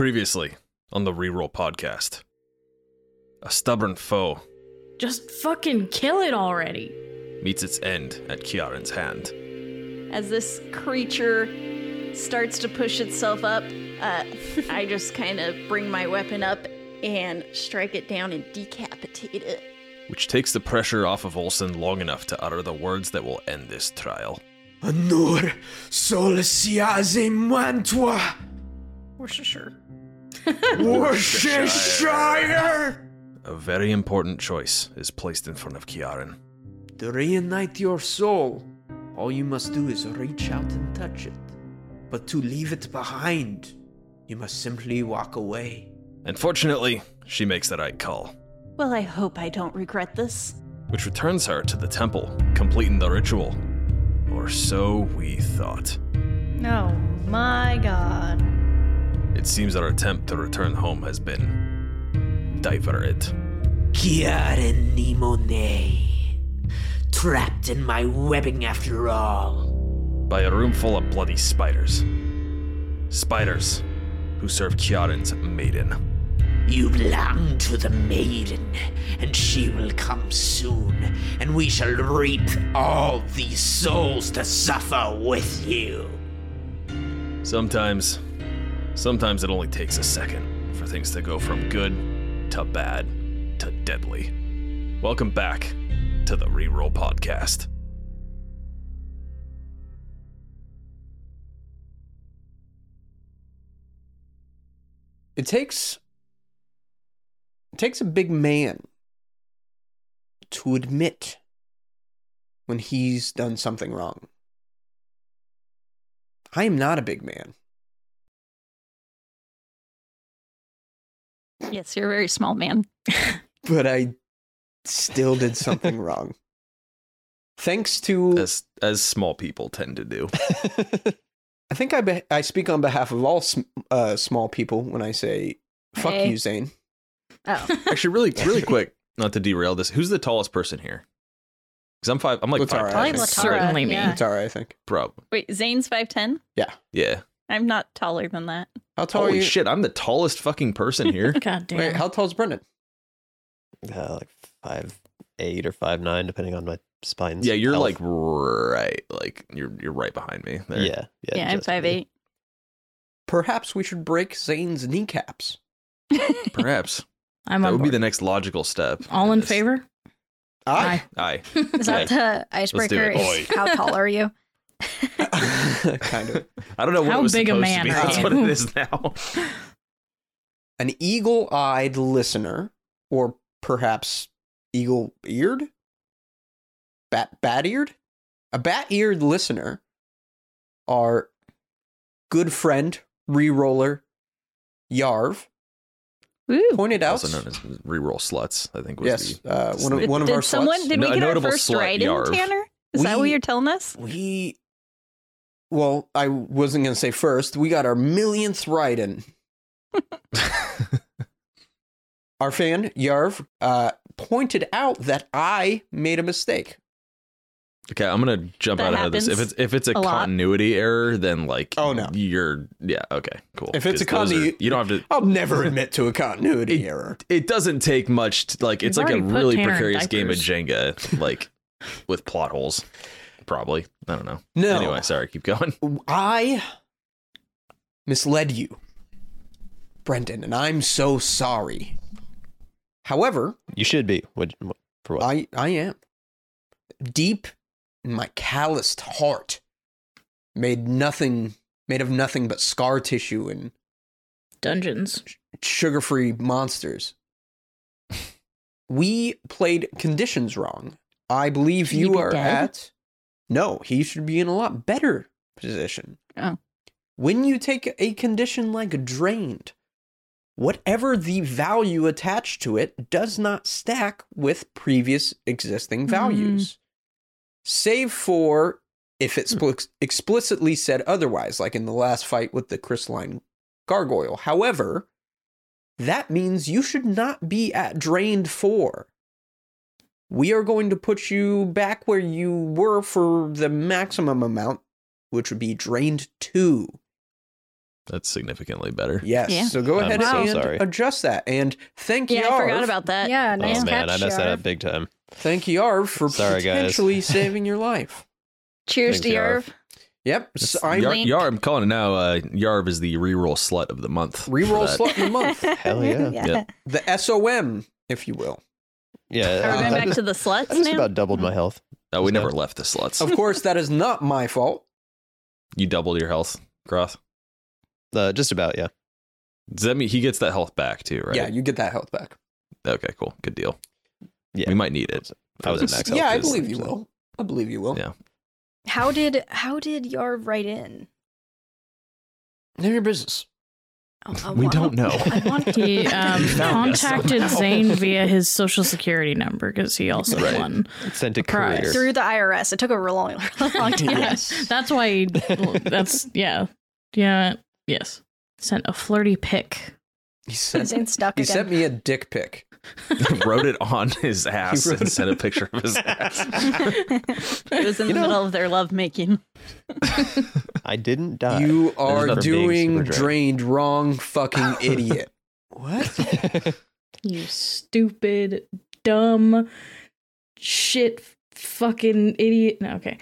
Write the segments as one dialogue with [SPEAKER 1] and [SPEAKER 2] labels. [SPEAKER 1] Previously on the Reroll podcast, a stubborn foe
[SPEAKER 2] Just fucking kill it already.
[SPEAKER 1] meets its end at Kiaran's hand.
[SPEAKER 3] as this creature starts to push itself up, uh, I just kind of bring my weapon up and strike it down and decapitate it.
[SPEAKER 1] which takes the pressure off of Olsen long enough to utter the words that will end this trial.
[SPEAKER 4] Anur solciase mantua
[SPEAKER 2] Worcestershire.
[SPEAKER 4] Worcestershire.
[SPEAKER 1] A very important choice is placed in front of Kiaran.
[SPEAKER 4] To reunite your soul, all you must do is reach out and touch it. But to leave it behind, you must simply walk away.
[SPEAKER 1] And fortunately, she makes the right call,
[SPEAKER 3] Well, I hope I don't regret this.
[SPEAKER 1] which returns her to the temple, completing the ritual. Or so we thought.
[SPEAKER 5] No, my God.
[SPEAKER 1] It seems our attempt to return home has been diverted.
[SPEAKER 4] Kiaren Nimone. Trapped in my webbing after all.
[SPEAKER 1] by a room full of bloody spiders. Spiders who serve Kiaran's maiden.
[SPEAKER 4] You belong to the maiden, and she will come soon, and we shall reap all these souls to suffer with you.
[SPEAKER 1] Sometimes, sometimes it only takes a second for things to go from good to bad to deadly. Welcome back to the Reroll Podcast.
[SPEAKER 6] it takes it takes a big man to admit when he's done something wrong. I am not a big man.
[SPEAKER 3] Yes, you're a very small man.
[SPEAKER 6] but I still did something wrong. Thanks to,
[SPEAKER 1] As as small people tend to do.
[SPEAKER 6] I think I be- I speak on behalf of all sm- uh, small people when I say "fuck
[SPEAKER 5] Hey. Oh.
[SPEAKER 6] you, Zane."
[SPEAKER 1] Actually, really, really quick, not to derail this. Who's the tallest person here? Because I'm five. I'm like
[SPEAKER 6] Latara,
[SPEAKER 1] five.
[SPEAKER 6] I
[SPEAKER 5] Probably
[SPEAKER 6] think.
[SPEAKER 1] five,
[SPEAKER 5] Latara.
[SPEAKER 1] six,
[SPEAKER 2] Certainly me.
[SPEAKER 5] yeah.
[SPEAKER 6] It's all right, I think.
[SPEAKER 1] Prob.
[SPEAKER 3] Wait, Zane's 5'10?
[SPEAKER 1] Yeah.
[SPEAKER 3] I'm not taller than that.
[SPEAKER 6] How tall are
[SPEAKER 1] Holy
[SPEAKER 6] you?
[SPEAKER 1] shit! I'm the tallest fucking person here.
[SPEAKER 2] God damn.
[SPEAKER 6] Wait, how tall is Brendan?
[SPEAKER 7] uh, like five eight or five nine, depending on my spine's.
[SPEAKER 1] Yeah, you're
[SPEAKER 7] health.
[SPEAKER 1] like right, like you're you're right behind me. There.
[SPEAKER 7] yeah, yeah.
[SPEAKER 3] yeah, I'm
[SPEAKER 7] just under.
[SPEAKER 3] 5'8.
[SPEAKER 6] Perhaps we should break Zane's kneecaps.
[SPEAKER 1] perhaps
[SPEAKER 2] I'm
[SPEAKER 1] that
[SPEAKER 2] on
[SPEAKER 1] would be
[SPEAKER 2] board.
[SPEAKER 1] the next logical step.
[SPEAKER 2] All in
[SPEAKER 1] This-
[SPEAKER 2] favor?
[SPEAKER 6] I.
[SPEAKER 1] Aye.
[SPEAKER 5] Is that the icebreaker?
[SPEAKER 1] it. Oh,
[SPEAKER 5] Is How tall are you?
[SPEAKER 6] kind of.
[SPEAKER 1] I don't know what
[SPEAKER 2] How
[SPEAKER 1] it was
[SPEAKER 2] big a
[SPEAKER 1] supposed
[SPEAKER 2] man
[SPEAKER 1] to be.
[SPEAKER 2] are
[SPEAKER 1] That's
[SPEAKER 2] you?
[SPEAKER 1] what it is now.
[SPEAKER 6] An eagle eyed listener, or perhaps eagle eared? Bat bat eared? A bat eared listener, our good friend, reroller, Yarv,
[SPEAKER 3] Ooh.
[SPEAKER 6] pointed out.
[SPEAKER 1] also known as reroll sluts. I think was
[SPEAKER 6] yes,
[SPEAKER 1] the
[SPEAKER 6] uh, one of, one of
[SPEAKER 3] did
[SPEAKER 6] our
[SPEAKER 3] someone,
[SPEAKER 6] sluts.
[SPEAKER 3] Did we
[SPEAKER 1] No, a
[SPEAKER 3] get our
[SPEAKER 1] notable
[SPEAKER 3] first
[SPEAKER 1] slut,
[SPEAKER 3] write in,
[SPEAKER 1] Yarv.
[SPEAKER 3] Tanner? Is that what
[SPEAKER 6] We-
[SPEAKER 3] you're telling us?
[SPEAKER 6] we. Well, I wasn't going to say first. We got our millionth ride in. our fan, Yarv, uh, pointed out that I made a mistake.
[SPEAKER 1] Okay, I'm gonna jump
[SPEAKER 3] That
[SPEAKER 1] out of this. If it's
[SPEAKER 3] happens
[SPEAKER 1] if it's a,
[SPEAKER 3] a lot.
[SPEAKER 1] continuity error, then like
[SPEAKER 6] Oh, no.
[SPEAKER 1] you're yeah okay cool.
[SPEAKER 6] If it's a
[SPEAKER 1] 'Cause those
[SPEAKER 6] conti-
[SPEAKER 1] are- you don't have to.
[SPEAKER 6] I'll never admit to a continuity
[SPEAKER 1] It-
[SPEAKER 6] error.
[SPEAKER 1] It doesn't take much. To, like it's
[SPEAKER 2] You've
[SPEAKER 1] like a
[SPEAKER 2] already put
[SPEAKER 1] really
[SPEAKER 2] Tanner in
[SPEAKER 1] precarious game of
[SPEAKER 2] diapers.
[SPEAKER 1] Jenga, like with plot holes. Probably I don't know.
[SPEAKER 6] No.
[SPEAKER 1] Anyway, sorry. Keep going.
[SPEAKER 6] I misled you, Brendan, and I'm so sorry. However,
[SPEAKER 7] You should be. What, what- for what?
[SPEAKER 6] I, I am. Deep in my calloused heart, made nothing, made of nothing but scar tissue and
[SPEAKER 2] Dungeons.
[SPEAKER 6] sugar free monsters. We played conditions wrong. I believe
[SPEAKER 3] Should he
[SPEAKER 6] you
[SPEAKER 3] be
[SPEAKER 6] are
[SPEAKER 3] dead?
[SPEAKER 6] at. No, he should be in a lot better position.
[SPEAKER 3] Oh.
[SPEAKER 6] When you take a condition like drained, whatever the value attached to it does not stack with previous existing values, save for if it's spl- explicitly said otherwise, like in the last fight with the crystalline gargoyle. However, that means you should not be at drained four. We are going to put you back where you were for the maximum amount, which would be drained two.
[SPEAKER 1] That's significantly better.
[SPEAKER 6] Yes.
[SPEAKER 3] Yeah.
[SPEAKER 6] So go
[SPEAKER 7] I'm
[SPEAKER 6] ahead
[SPEAKER 7] so
[SPEAKER 6] and
[SPEAKER 7] sorry.
[SPEAKER 6] adjust that. And thank
[SPEAKER 3] Yeah,
[SPEAKER 6] Yarv.
[SPEAKER 3] I forgot about that.
[SPEAKER 5] yeah,
[SPEAKER 7] Oh
[SPEAKER 5] nice
[SPEAKER 7] man, I
[SPEAKER 5] catch,
[SPEAKER 7] messed that up
[SPEAKER 5] Yarv.
[SPEAKER 7] big time.
[SPEAKER 6] Thank Yarv for
[SPEAKER 7] Sorry, guys.
[SPEAKER 6] potentially saving your life.
[SPEAKER 3] Cheers
[SPEAKER 7] Thanks,
[SPEAKER 3] to
[SPEAKER 7] Yarv.
[SPEAKER 3] Yerv.
[SPEAKER 6] Yep. So I'm
[SPEAKER 1] Yar,
[SPEAKER 3] Link.
[SPEAKER 1] Yar, I'm calling it now. Uh, Yarv is the reroll slut of the month. for
[SPEAKER 6] reroll
[SPEAKER 1] that.
[SPEAKER 6] slut in the month.
[SPEAKER 7] Hell yeah.
[SPEAKER 1] Yeah.
[SPEAKER 6] The SOM, if you will.
[SPEAKER 7] Yeah.
[SPEAKER 3] Are we going
[SPEAKER 7] I,
[SPEAKER 3] back to the sluts
[SPEAKER 7] I just
[SPEAKER 3] now?
[SPEAKER 7] about doubled my health.
[SPEAKER 1] No, we
[SPEAKER 7] Isn't
[SPEAKER 1] never
[SPEAKER 7] it?
[SPEAKER 1] left the sluts.
[SPEAKER 6] Of course, that is not my fault.
[SPEAKER 1] You doubled your health, Groth.
[SPEAKER 7] Uh, just about, yeah.
[SPEAKER 1] Does that mean he gets that health back too, right?
[SPEAKER 6] Yeah, you get that health back.
[SPEAKER 1] Okay, cool. Good deal.
[SPEAKER 7] Yeah.
[SPEAKER 1] We might need it.
[SPEAKER 7] I was at max health.
[SPEAKER 6] yeah, I
[SPEAKER 1] is
[SPEAKER 6] believe you
[SPEAKER 7] 100%.
[SPEAKER 6] will. I believe you will.
[SPEAKER 1] Yeah.
[SPEAKER 5] How did how did Yarv write in?
[SPEAKER 6] None of your business.
[SPEAKER 5] I- I
[SPEAKER 1] We
[SPEAKER 5] want-
[SPEAKER 1] don't know.
[SPEAKER 5] I want
[SPEAKER 2] He um,
[SPEAKER 1] You found us
[SPEAKER 2] contacted
[SPEAKER 1] somehow.
[SPEAKER 2] Zane via his social security number because he also
[SPEAKER 1] Right.
[SPEAKER 2] won.
[SPEAKER 7] Sent a
[SPEAKER 2] Prize.
[SPEAKER 7] courier.
[SPEAKER 5] through the IRS. It took a real long, really long time.
[SPEAKER 2] Yes. That's why. He, that's yeah, yeah, yes. Sent a flirty pic.
[SPEAKER 6] He sent,
[SPEAKER 5] Zane's stuck
[SPEAKER 6] he
[SPEAKER 5] again.
[SPEAKER 6] sent me a dick pic.
[SPEAKER 1] wrote it on his ass
[SPEAKER 6] He wrote
[SPEAKER 1] and
[SPEAKER 6] it-
[SPEAKER 1] sent a picture of his ass.
[SPEAKER 3] It was in the
[SPEAKER 7] You know-
[SPEAKER 3] middle of their lovemaking.
[SPEAKER 7] I didn't die.
[SPEAKER 6] you are
[SPEAKER 7] nothing being
[SPEAKER 6] doing
[SPEAKER 7] super drained.
[SPEAKER 6] drained wrong fucking idiot. what?
[SPEAKER 2] You stupid, dumb, shit, fucking idiot. No, okay.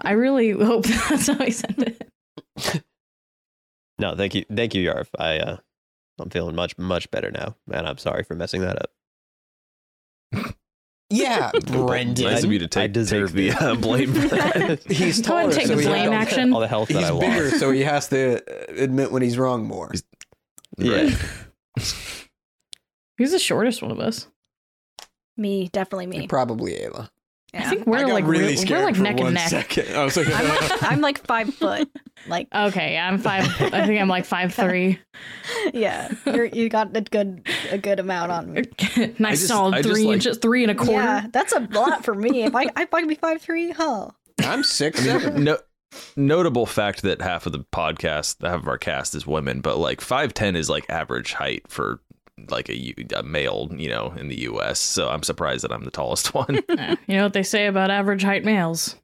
[SPEAKER 2] I really hope that's how he sent it.
[SPEAKER 7] no, thank you. Thank you, Yarv. I uh I'm feeling much, much better now. And I'm sorry for messing that up.
[SPEAKER 6] Yeah, Brendan.
[SPEAKER 1] nice of you to
[SPEAKER 7] I
[SPEAKER 1] take, take
[SPEAKER 7] deserve
[SPEAKER 1] the
[SPEAKER 7] it.
[SPEAKER 1] uh, blame for that.
[SPEAKER 6] He's
[SPEAKER 2] Go ahead
[SPEAKER 6] taller,
[SPEAKER 2] and take
[SPEAKER 6] so
[SPEAKER 2] the
[SPEAKER 6] he
[SPEAKER 2] blame
[SPEAKER 6] all-
[SPEAKER 2] action.
[SPEAKER 7] All the health
[SPEAKER 6] He's
[SPEAKER 7] that I
[SPEAKER 6] bigger,
[SPEAKER 7] lost.
[SPEAKER 6] so he has to uh, admit when he's wrong more.
[SPEAKER 1] He's-
[SPEAKER 7] Yeah.
[SPEAKER 2] He's the shortest one of us.
[SPEAKER 5] me, definitely me.
[SPEAKER 6] Probably Ayla.
[SPEAKER 5] Yeah.
[SPEAKER 2] I think we're like re- we're like neck and neck.
[SPEAKER 6] I was like,
[SPEAKER 5] I'm like, I'm like five foot. Like
[SPEAKER 2] Okay, I'm five. I think I'm like five three.
[SPEAKER 5] yeah, you're, you got a good a good amount on me.
[SPEAKER 1] I
[SPEAKER 2] nice
[SPEAKER 1] just-
[SPEAKER 2] solid
[SPEAKER 1] I just
[SPEAKER 2] three,
[SPEAKER 1] like-
[SPEAKER 2] inches, three and a quarter.
[SPEAKER 5] Yeah, that's a lot for me. If I if I can be five three, huh?
[SPEAKER 6] I'm six seven.
[SPEAKER 1] no, notable fact that half of the podcast, half of our cast is women, but like five ten is like average height for like a, U- a male, you know, in the U.S. So I'm surprised that I'm the tallest one.
[SPEAKER 2] Yeah, You know what they say about average height males?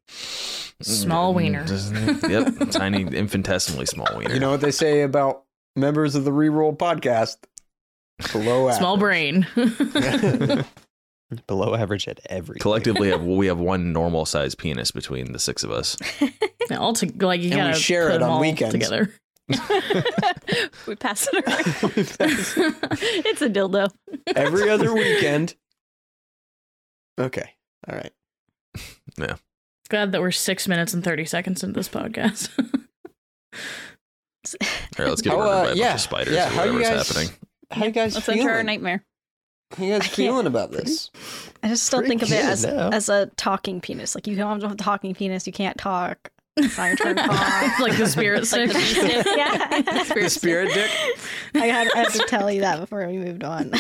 [SPEAKER 2] Small
[SPEAKER 6] Mm,
[SPEAKER 2] wiener.
[SPEAKER 1] yep, tiny, infinitesimally small wiener.
[SPEAKER 6] You know what they say about members of the Reroll podcast? Below average.
[SPEAKER 2] Small brain.
[SPEAKER 7] Below average at every
[SPEAKER 1] collectively have, we have one normal sized penis between the six of us.
[SPEAKER 2] all to, like you
[SPEAKER 6] And we
[SPEAKER 2] gotta
[SPEAKER 6] share
[SPEAKER 2] put
[SPEAKER 6] it
[SPEAKER 2] them
[SPEAKER 6] on
[SPEAKER 2] all
[SPEAKER 6] weekends.
[SPEAKER 2] together.
[SPEAKER 3] we pass it around. it's a dildo.
[SPEAKER 6] Every other weekend. Okay. All right.
[SPEAKER 2] Glad that we're six minutes and thirty seconds into this podcast.
[SPEAKER 1] All right, let's get
[SPEAKER 6] How,
[SPEAKER 1] murdered
[SPEAKER 6] uh,
[SPEAKER 1] by a
[SPEAKER 6] yeah,
[SPEAKER 1] bunch of spiders
[SPEAKER 6] yeah,
[SPEAKER 1] or
[SPEAKER 6] how you
[SPEAKER 1] whatever's
[SPEAKER 6] guys-
[SPEAKER 1] happening.
[SPEAKER 6] How you guys
[SPEAKER 3] Let's
[SPEAKER 6] feeling?
[SPEAKER 3] enter our nightmare.
[SPEAKER 6] How you guys
[SPEAKER 5] I can't-
[SPEAKER 6] feeling about this?
[SPEAKER 5] I just still
[SPEAKER 7] Pretty
[SPEAKER 5] think of it
[SPEAKER 7] good
[SPEAKER 5] as
[SPEAKER 7] now.
[SPEAKER 5] as a talking penis. Like you don't have a talking penis, you can't talk. It's not your turn to talk.
[SPEAKER 2] It's like the spirit
[SPEAKER 3] It's like
[SPEAKER 2] stick.
[SPEAKER 3] the bee stick.
[SPEAKER 5] Yeah.
[SPEAKER 6] The spirit dick.
[SPEAKER 5] I had, I had to tell you that before we moved on.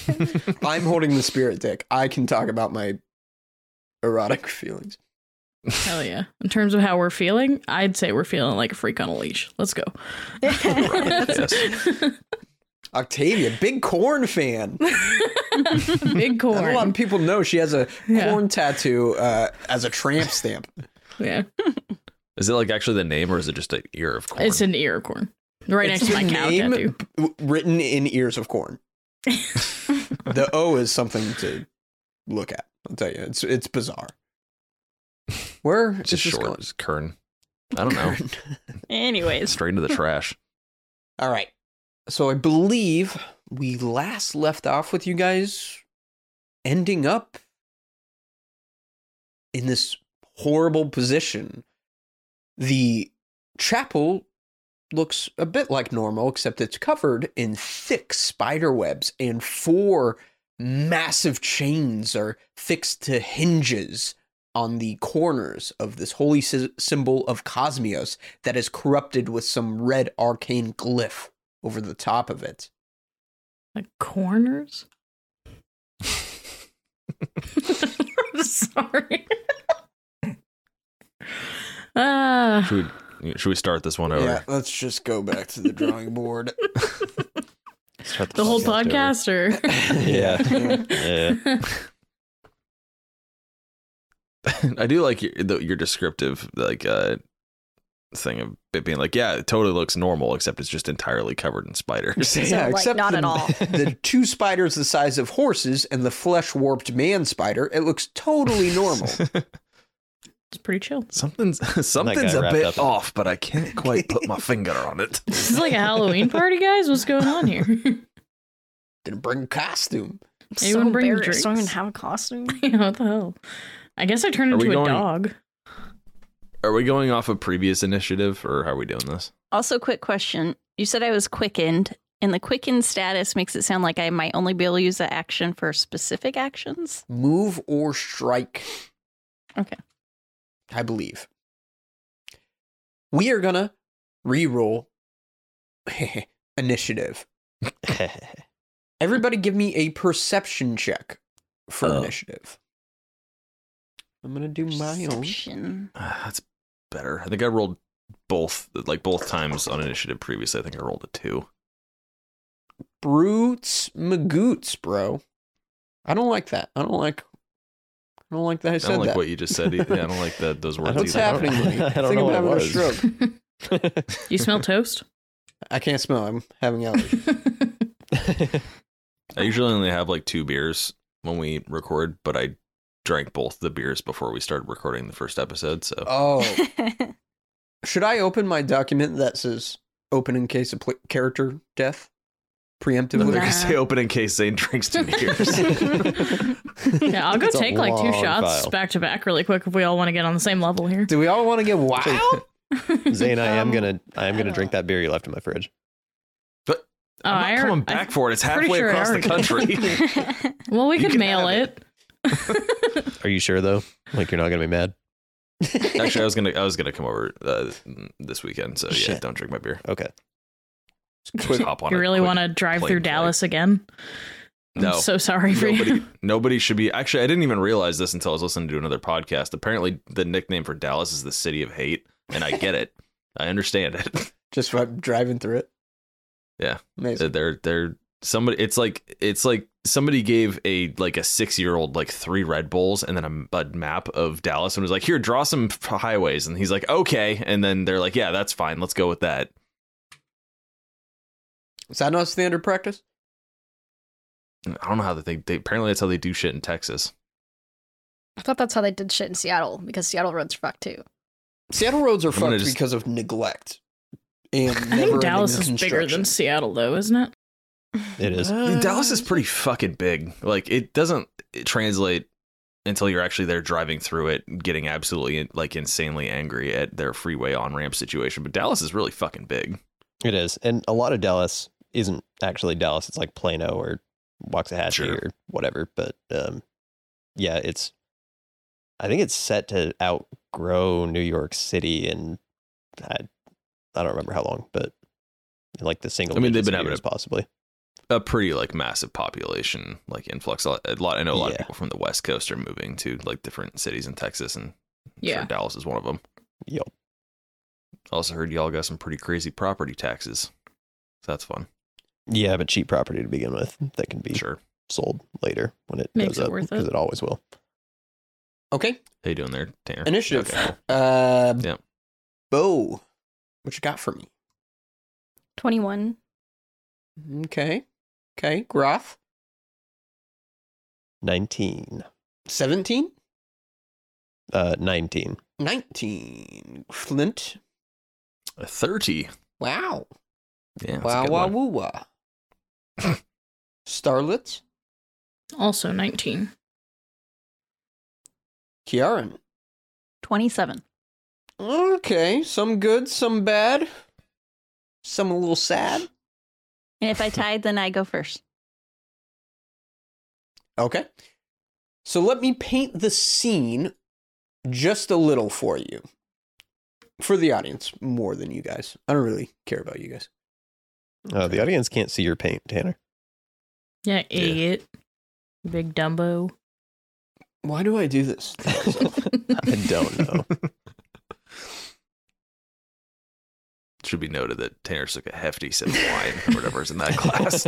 [SPEAKER 6] I'm holding the spirit dick. I can talk about my erotic feelings.
[SPEAKER 2] Hell yeah. In terms of how we're feeling, I'd say we're feeling like a freak on a leash. Let's go.
[SPEAKER 6] Octavia, big corn fan.
[SPEAKER 2] Big
[SPEAKER 6] Not A lot
[SPEAKER 2] corn.
[SPEAKER 6] of people know she has a
[SPEAKER 2] Yeah.
[SPEAKER 6] corn tattoo uh, as a tramp stamp.
[SPEAKER 2] Yeah.
[SPEAKER 1] Is it like actually the name or is it just an ear of corn?
[SPEAKER 2] It's an ear corn. Right
[SPEAKER 6] It's
[SPEAKER 2] next to my
[SPEAKER 6] the
[SPEAKER 2] cow
[SPEAKER 6] name
[SPEAKER 2] tattoo.
[SPEAKER 6] w- written in ears of corn. the O is something to look at. I'll tell you, it's it's bizarre. Where is
[SPEAKER 1] It's just
[SPEAKER 6] this
[SPEAKER 1] short.
[SPEAKER 6] going?
[SPEAKER 1] It's Kern. I don't know.
[SPEAKER 3] Anyways,
[SPEAKER 1] Straight into the trash.
[SPEAKER 6] All right. So I believe we last left off with you guys ending up in this horrible position. The chapel looks a bit like normal, except it's covered in thick spider webs, and four massive chains are fixed to hinges on the corners of this holy sy- symbol of Cosmios that is corrupted with some red arcane glyph over the top of it.
[SPEAKER 2] Like corners? I'm sorry. Ah,
[SPEAKER 1] Should we, should we start this one over?
[SPEAKER 6] let's just go back to the drawing board.
[SPEAKER 7] Start
[SPEAKER 2] the whole podcast or
[SPEAKER 7] Yeah. Yeah.
[SPEAKER 1] I do like your, the, your descriptive like uh, thing of it being like, yeah, it totally looks normal, except it's just entirely covered in spiders.
[SPEAKER 6] So,
[SPEAKER 5] like, not
[SPEAKER 6] the,
[SPEAKER 5] at all.
[SPEAKER 6] the two spiders the size of horses and the flesh warped man spider, it looks totally normal.
[SPEAKER 2] It's pretty chill.
[SPEAKER 1] something's something's a
[SPEAKER 7] wrapped up
[SPEAKER 1] bit
[SPEAKER 7] in-
[SPEAKER 1] off, but I can't quite put my finger on it.
[SPEAKER 2] This is like a Halloween party, guys. What's going on here?
[SPEAKER 6] Didn't bring a costume.
[SPEAKER 5] I'm
[SPEAKER 2] Anyone
[SPEAKER 5] so
[SPEAKER 2] bring
[SPEAKER 5] embarrassed. I don't even
[SPEAKER 2] drinks?
[SPEAKER 5] have a costume.
[SPEAKER 2] yeah, what the hell? I guess I turned
[SPEAKER 1] Are we
[SPEAKER 2] into a
[SPEAKER 1] going-
[SPEAKER 2] dog.
[SPEAKER 1] Are we going off of previous initiative, or how are we doing this?
[SPEAKER 3] Also, quick question. You said I was quickened, and the quickened status makes it sound like I might only be able to use that action for specific actions.
[SPEAKER 6] Move or strike.
[SPEAKER 3] Okay.
[SPEAKER 6] I believe. We are gonna re-roll initiative. Everybody give me a perception check for
[SPEAKER 1] Oh.
[SPEAKER 6] initiative. I'm gonna do my own.
[SPEAKER 3] Perception.
[SPEAKER 1] Ah, that's better. I think I rolled both, like both times on initiative previously. I think I rolled a two.
[SPEAKER 6] Brutes magoots, bro. I don't like that. I don't like I don't like that I
[SPEAKER 1] I,
[SPEAKER 6] said
[SPEAKER 1] don't like
[SPEAKER 6] that.
[SPEAKER 1] what you just said. e- Yeah, I don't like that those
[SPEAKER 7] I
[SPEAKER 1] words
[SPEAKER 7] don't-
[SPEAKER 6] What's
[SPEAKER 1] either.
[SPEAKER 7] I
[SPEAKER 6] happening to me?
[SPEAKER 7] I don't
[SPEAKER 6] think
[SPEAKER 7] know what
[SPEAKER 6] I'm
[SPEAKER 7] it
[SPEAKER 6] having a
[SPEAKER 7] was.
[SPEAKER 6] stroke.
[SPEAKER 2] you smell toast?
[SPEAKER 6] I can't smell. I'm having allergies.
[SPEAKER 1] I usually only have like two beers when we record, but I drank both the beers before we started recording the first episode. So
[SPEAKER 6] Oh, should I open my document that says "Open in case of pl- character death"?
[SPEAKER 1] they're
[SPEAKER 6] Preemptively.
[SPEAKER 1] going
[SPEAKER 5] Nah.
[SPEAKER 1] to say open in case Zane drinks two
[SPEAKER 2] Oh,
[SPEAKER 1] beers.
[SPEAKER 2] Yeah, I'll go
[SPEAKER 7] It's a
[SPEAKER 2] take like two
[SPEAKER 7] long
[SPEAKER 2] shots
[SPEAKER 7] file.
[SPEAKER 2] back to back really quick if we all want to get on the same level here.
[SPEAKER 6] Do we all want to get wild?
[SPEAKER 7] Actually, Zane, I am
[SPEAKER 5] Um,
[SPEAKER 7] gonna I am
[SPEAKER 5] I
[SPEAKER 7] gonna
[SPEAKER 5] don't
[SPEAKER 7] drink that beer you left in my fridge.
[SPEAKER 2] Oh,
[SPEAKER 1] I'm
[SPEAKER 2] I
[SPEAKER 1] not
[SPEAKER 2] ar-
[SPEAKER 1] coming
[SPEAKER 2] I-
[SPEAKER 1] back for it. It's
[SPEAKER 2] pretty
[SPEAKER 1] halfway
[SPEAKER 2] sure I
[SPEAKER 1] across the
[SPEAKER 2] already-
[SPEAKER 1] country.
[SPEAKER 2] well, we
[SPEAKER 1] You
[SPEAKER 2] could
[SPEAKER 1] can
[SPEAKER 2] mail
[SPEAKER 1] have
[SPEAKER 2] it.
[SPEAKER 7] Are you sure though? Like you're not gonna be mad?
[SPEAKER 1] Actually, I was gonna I was gonna come over uh, this weekend. So yeah,
[SPEAKER 7] Shit.
[SPEAKER 1] don't drink my beer.
[SPEAKER 7] Okay.
[SPEAKER 1] Just hop on
[SPEAKER 2] You
[SPEAKER 1] a
[SPEAKER 2] really
[SPEAKER 1] quick
[SPEAKER 2] want to drive
[SPEAKER 1] plane
[SPEAKER 2] through
[SPEAKER 1] flight.
[SPEAKER 2] Dallas again?
[SPEAKER 1] No.
[SPEAKER 2] I'm so sorry for
[SPEAKER 1] Nobody,
[SPEAKER 2] you.
[SPEAKER 1] nobody should be. Actually, I didn't even realize this until I was listening to another podcast. Apparently, the nickname for Dallas is the city of hate, and I get it. I understand it.
[SPEAKER 6] Just by driving through it.
[SPEAKER 1] Yeah.
[SPEAKER 6] Amazing.
[SPEAKER 1] Uh, they're they're somebody. It's like it's like somebody gave a like a six year old like three Red Bulls and then a, a map of Dallas and was like, "Here, draw some f- highways," and he's like, "Okay," and then they're like, "Yeah, that's fine. Let's go with that."
[SPEAKER 6] Is that not standard practice?
[SPEAKER 1] I don't know how they think. They, apparently, that's how they do shit in Texas.
[SPEAKER 5] I thought that's how they did shit in Seattle because Seattle roads are fucked too.
[SPEAKER 6] Seattle roads are
[SPEAKER 1] I'm gonna
[SPEAKER 6] fucked
[SPEAKER 1] just-
[SPEAKER 6] because of neglect. And
[SPEAKER 2] I think
[SPEAKER 6] never-ending
[SPEAKER 2] Dallas is bigger
[SPEAKER 6] construction.
[SPEAKER 2] than Seattle, though, isn't it?
[SPEAKER 7] It is.
[SPEAKER 1] Yeah, Dallas is pretty fucking big. Like it doesn't translate until you're actually there driving through it, getting absolutely like insanely angry at their freeway on ramp situation. But Dallas is really fucking big.
[SPEAKER 7] It is. And a lot of Dallas isn't actually Dallas. It's like Plano or Waxahachie
[SPEAKER 1] Sure.
[SPEAKER 7] or whatever. But um, yeah, it's, I think it's set to outgrow New York City. And I, I don't remember how long, but like the single,
[SPEAKER 1] I mean, they've
[SPEAKER 7] digits
[SPEAKER 1] been
[SPEAKER 7] of
[SPEAKER 1] having
[SPEAKER 7] years
[SPEAKER 1] a-
[SPEAKER 7] possibly.
[SPEAKER 1] A pretty like massive population like influx. A lot. a lot- I know a lot of
[SPEAKER 7] Yeah.
[SPEAKER 1] people from the West Coast are moving to like different cities in Texas, and I'm sure
[SPEAKER 2] Yeah.
[SPEAKER 1] Dallas is one of them.
[SPEAKER 7] Yup.
[SPEAKER 1] Also heard y'all got some pretty crazy property taxes. So that's fun.
[SPEAKER 7] Yeah, but cheap property to begin with that can be
[SPEAKER 1] Sure.
[SPEAKER 7] sold later when it
[SPEAKER 2] Makes
[SPEAKER 7] goes
[SPEAKER 2] it
[SPEAKER 7] up
[SPEAKER 2] worth
[SPEAKER 7] because
[SPEAKER 2] it.
[SPEAKER 7] it always will.
[SPEAKER 6] Okay.
[SPEAKER 1] How you doing there, Tanner?
[SPEAKER 6] Initiative.
[SPEAKER 1] Okay, cool.
[SPEAKER 6] Uh,
[SPEAKER 1] Yeah.
[SPEAKER 6] Bo, what you got for me?
[SPEAKER 5] 21.
[SPEAKER 6] Okay. Okay. Groth,
[SPEAKER 7] 19.
[SPEAKER 6] 17,
[SPEAKER 7] Uh, 19.
[SPEAKER 6] 19. Flint,
[SPEAKER 1] A Thirty.
[SPEAKER 6] wow.
[SPEAKER 1] Yeah. that's a
[SPEAKER 6] Wow,
[SPEAKER 1] good
[SPEAKER 6] wow,
[SPEAKER 1] one.
[SPEAKER 6] woo, wah. Starlet,
[SPEAKER 2] Also 19.
[SPEAKER 6] Kiaran.
[SPEAKER 3] 27.
[SPEAKER 6] Okay, some good, some bad, some a little sad.
[SPEAKER 3] And if I tied, then I go first.
[SPEAKER 6] Okay. So let me paint the scene just a little for you. For the audience, more than you guys. I don't really care about you guys.
[SPEAKER 7] Uh, the audience can't see your paint, Tanner.
[SPEAKER 2] Yeah, idiot. Big Dumbo.
[SPEAKER 6] Why do I do this? to myself?
[SPEAKER 7] I don't know.
[SPEAKER 1] should be noted that Tanner took a hefty sip of wine or whatever's in that glass.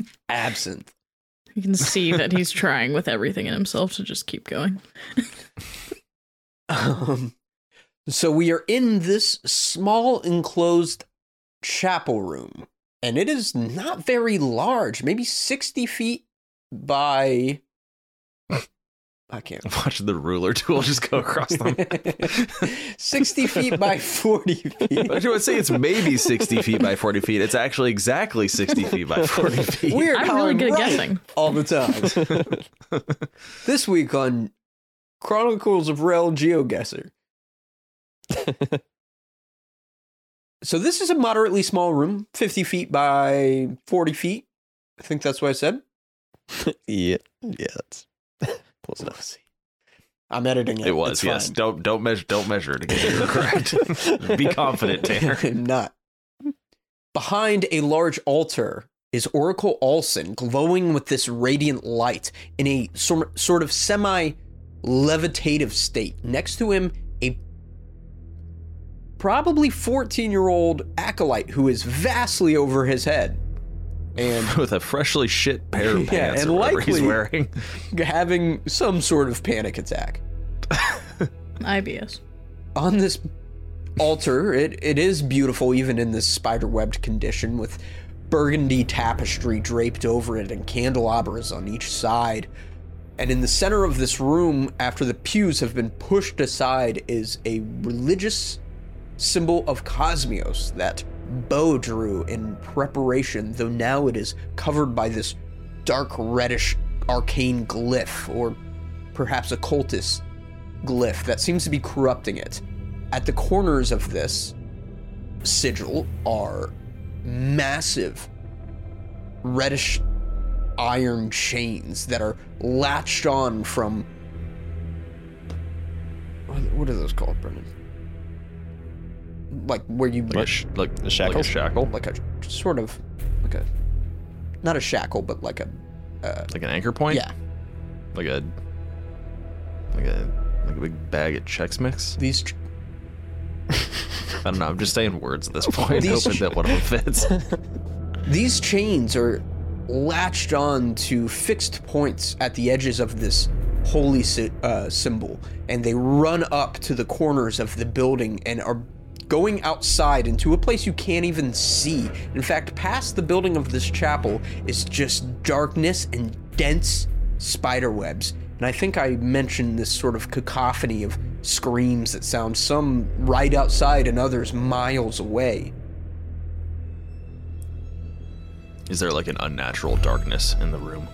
[SPEAKER 6] Absinthe.
[SPEAKER 2] You can see that he's trying with everything in himself to just keep going.
[SPEAKER 6] Um, So we are in this small enclosed chapel room, and it is not very large, maybe 60 feet by. I can't.
[SPEAKER 1] Watch the ruler tool just go across the map.
[SPEAKER 6] 60 feet by 40 feet.
[SPEAKER 1] I would say it's maybe 60 feet by 40 feet. It's actually exactly 60 feet by 40 feet.
[SPEAKER 6] Weird.
[SPEAKER 2] I'm
[SPEAKER 6] how
[SPEAKER 2] really good at
[SPEAKER 6] right
[SPEAKER 2] guessing.
[SPEAKER 6] All the time. this week on Chronicles of Rel GeoGuessr. so this is a moderately small room, 50 feet by 40 feet. I think that's what I said.
[SPEAKER 7] yeah, yeah, that's close enough.
[SPEAKER 6] I'm editing it.
[SPEAKER 1] It was
[SPEAKER 6] It's
[SPEAKER 1] yes.
[SPEAKER 6] fine.
[SPEAKER 1] Don't don't measure don't measure it again. You're correct. Be confident, Tanner.
[SPEAKER 6] I'm not. Behind a large altar is Oracle Olsen, glowing with this radiant light in a sor- sort of semi levitative state. Next to him, a probably 14 year old acolyte who is vastly over his head and
[SPEAKER 1] With a freshly shit pair of
[SPEAKER 6] Yeah,
[SPEAKER 1] pants
[SPEAKER 6] and
[SPEAKER 1] or whatever he's
[SPEAKER 6] likely-
[SPEAKER 1] wearing.
[SPEAKER 6] having some sort of panic attack.
[SPEAKER 2] IBS.
[SPEAKER 6] on this altar, it, it is beautiful, even in this spider-webbed condition, with burgundy tapestry draped over it and candelabras on each side. And in the center of this room, after the pews have been pushed aside, is a religious symbol of Cosmos that Bo drew in preparation, though now it is covered by this dark reddish arcane glyph, or perhaps occultist glyph that seems to be corrupting it. At the corners of this sigil are massive reddish iron chains that are latched on from. what- What are those called, Brendan? Like where you
[SPEAKER 1] Like a, sh- like,
[SPEAKER 7] The shackles?
[SPEAKER 1] like a shackle.
[SPEAKER 6] like a sort of like a not a shackle, but like a
[SPEAKER 1] Like an anchor point?
[SPEAKER 6] yeah.
[SPEAKER 1] Like a like a like a big bag of Chex Mix?
[SPEAKER 6] These ch-
[SPEAKER 1] I don't know. I'm just saying words at this point,
[SPEAKER 6] These-
[SPEAKER 1] hoping that one of them fits.
[SPEAKER 6] These chains are latched on to fixed points at the edges of this holy sy- uh, symbol, and they run up to the corners of the building and are going outside into a place you can't even see. In fact, past the building of this chapel is just darkness and dense spider webs. And I think I mentioned this sort of cacophony of screams that sound some right outside and others miles away.
[SPEAKER 1] Is there like an unnatural darkness in the room?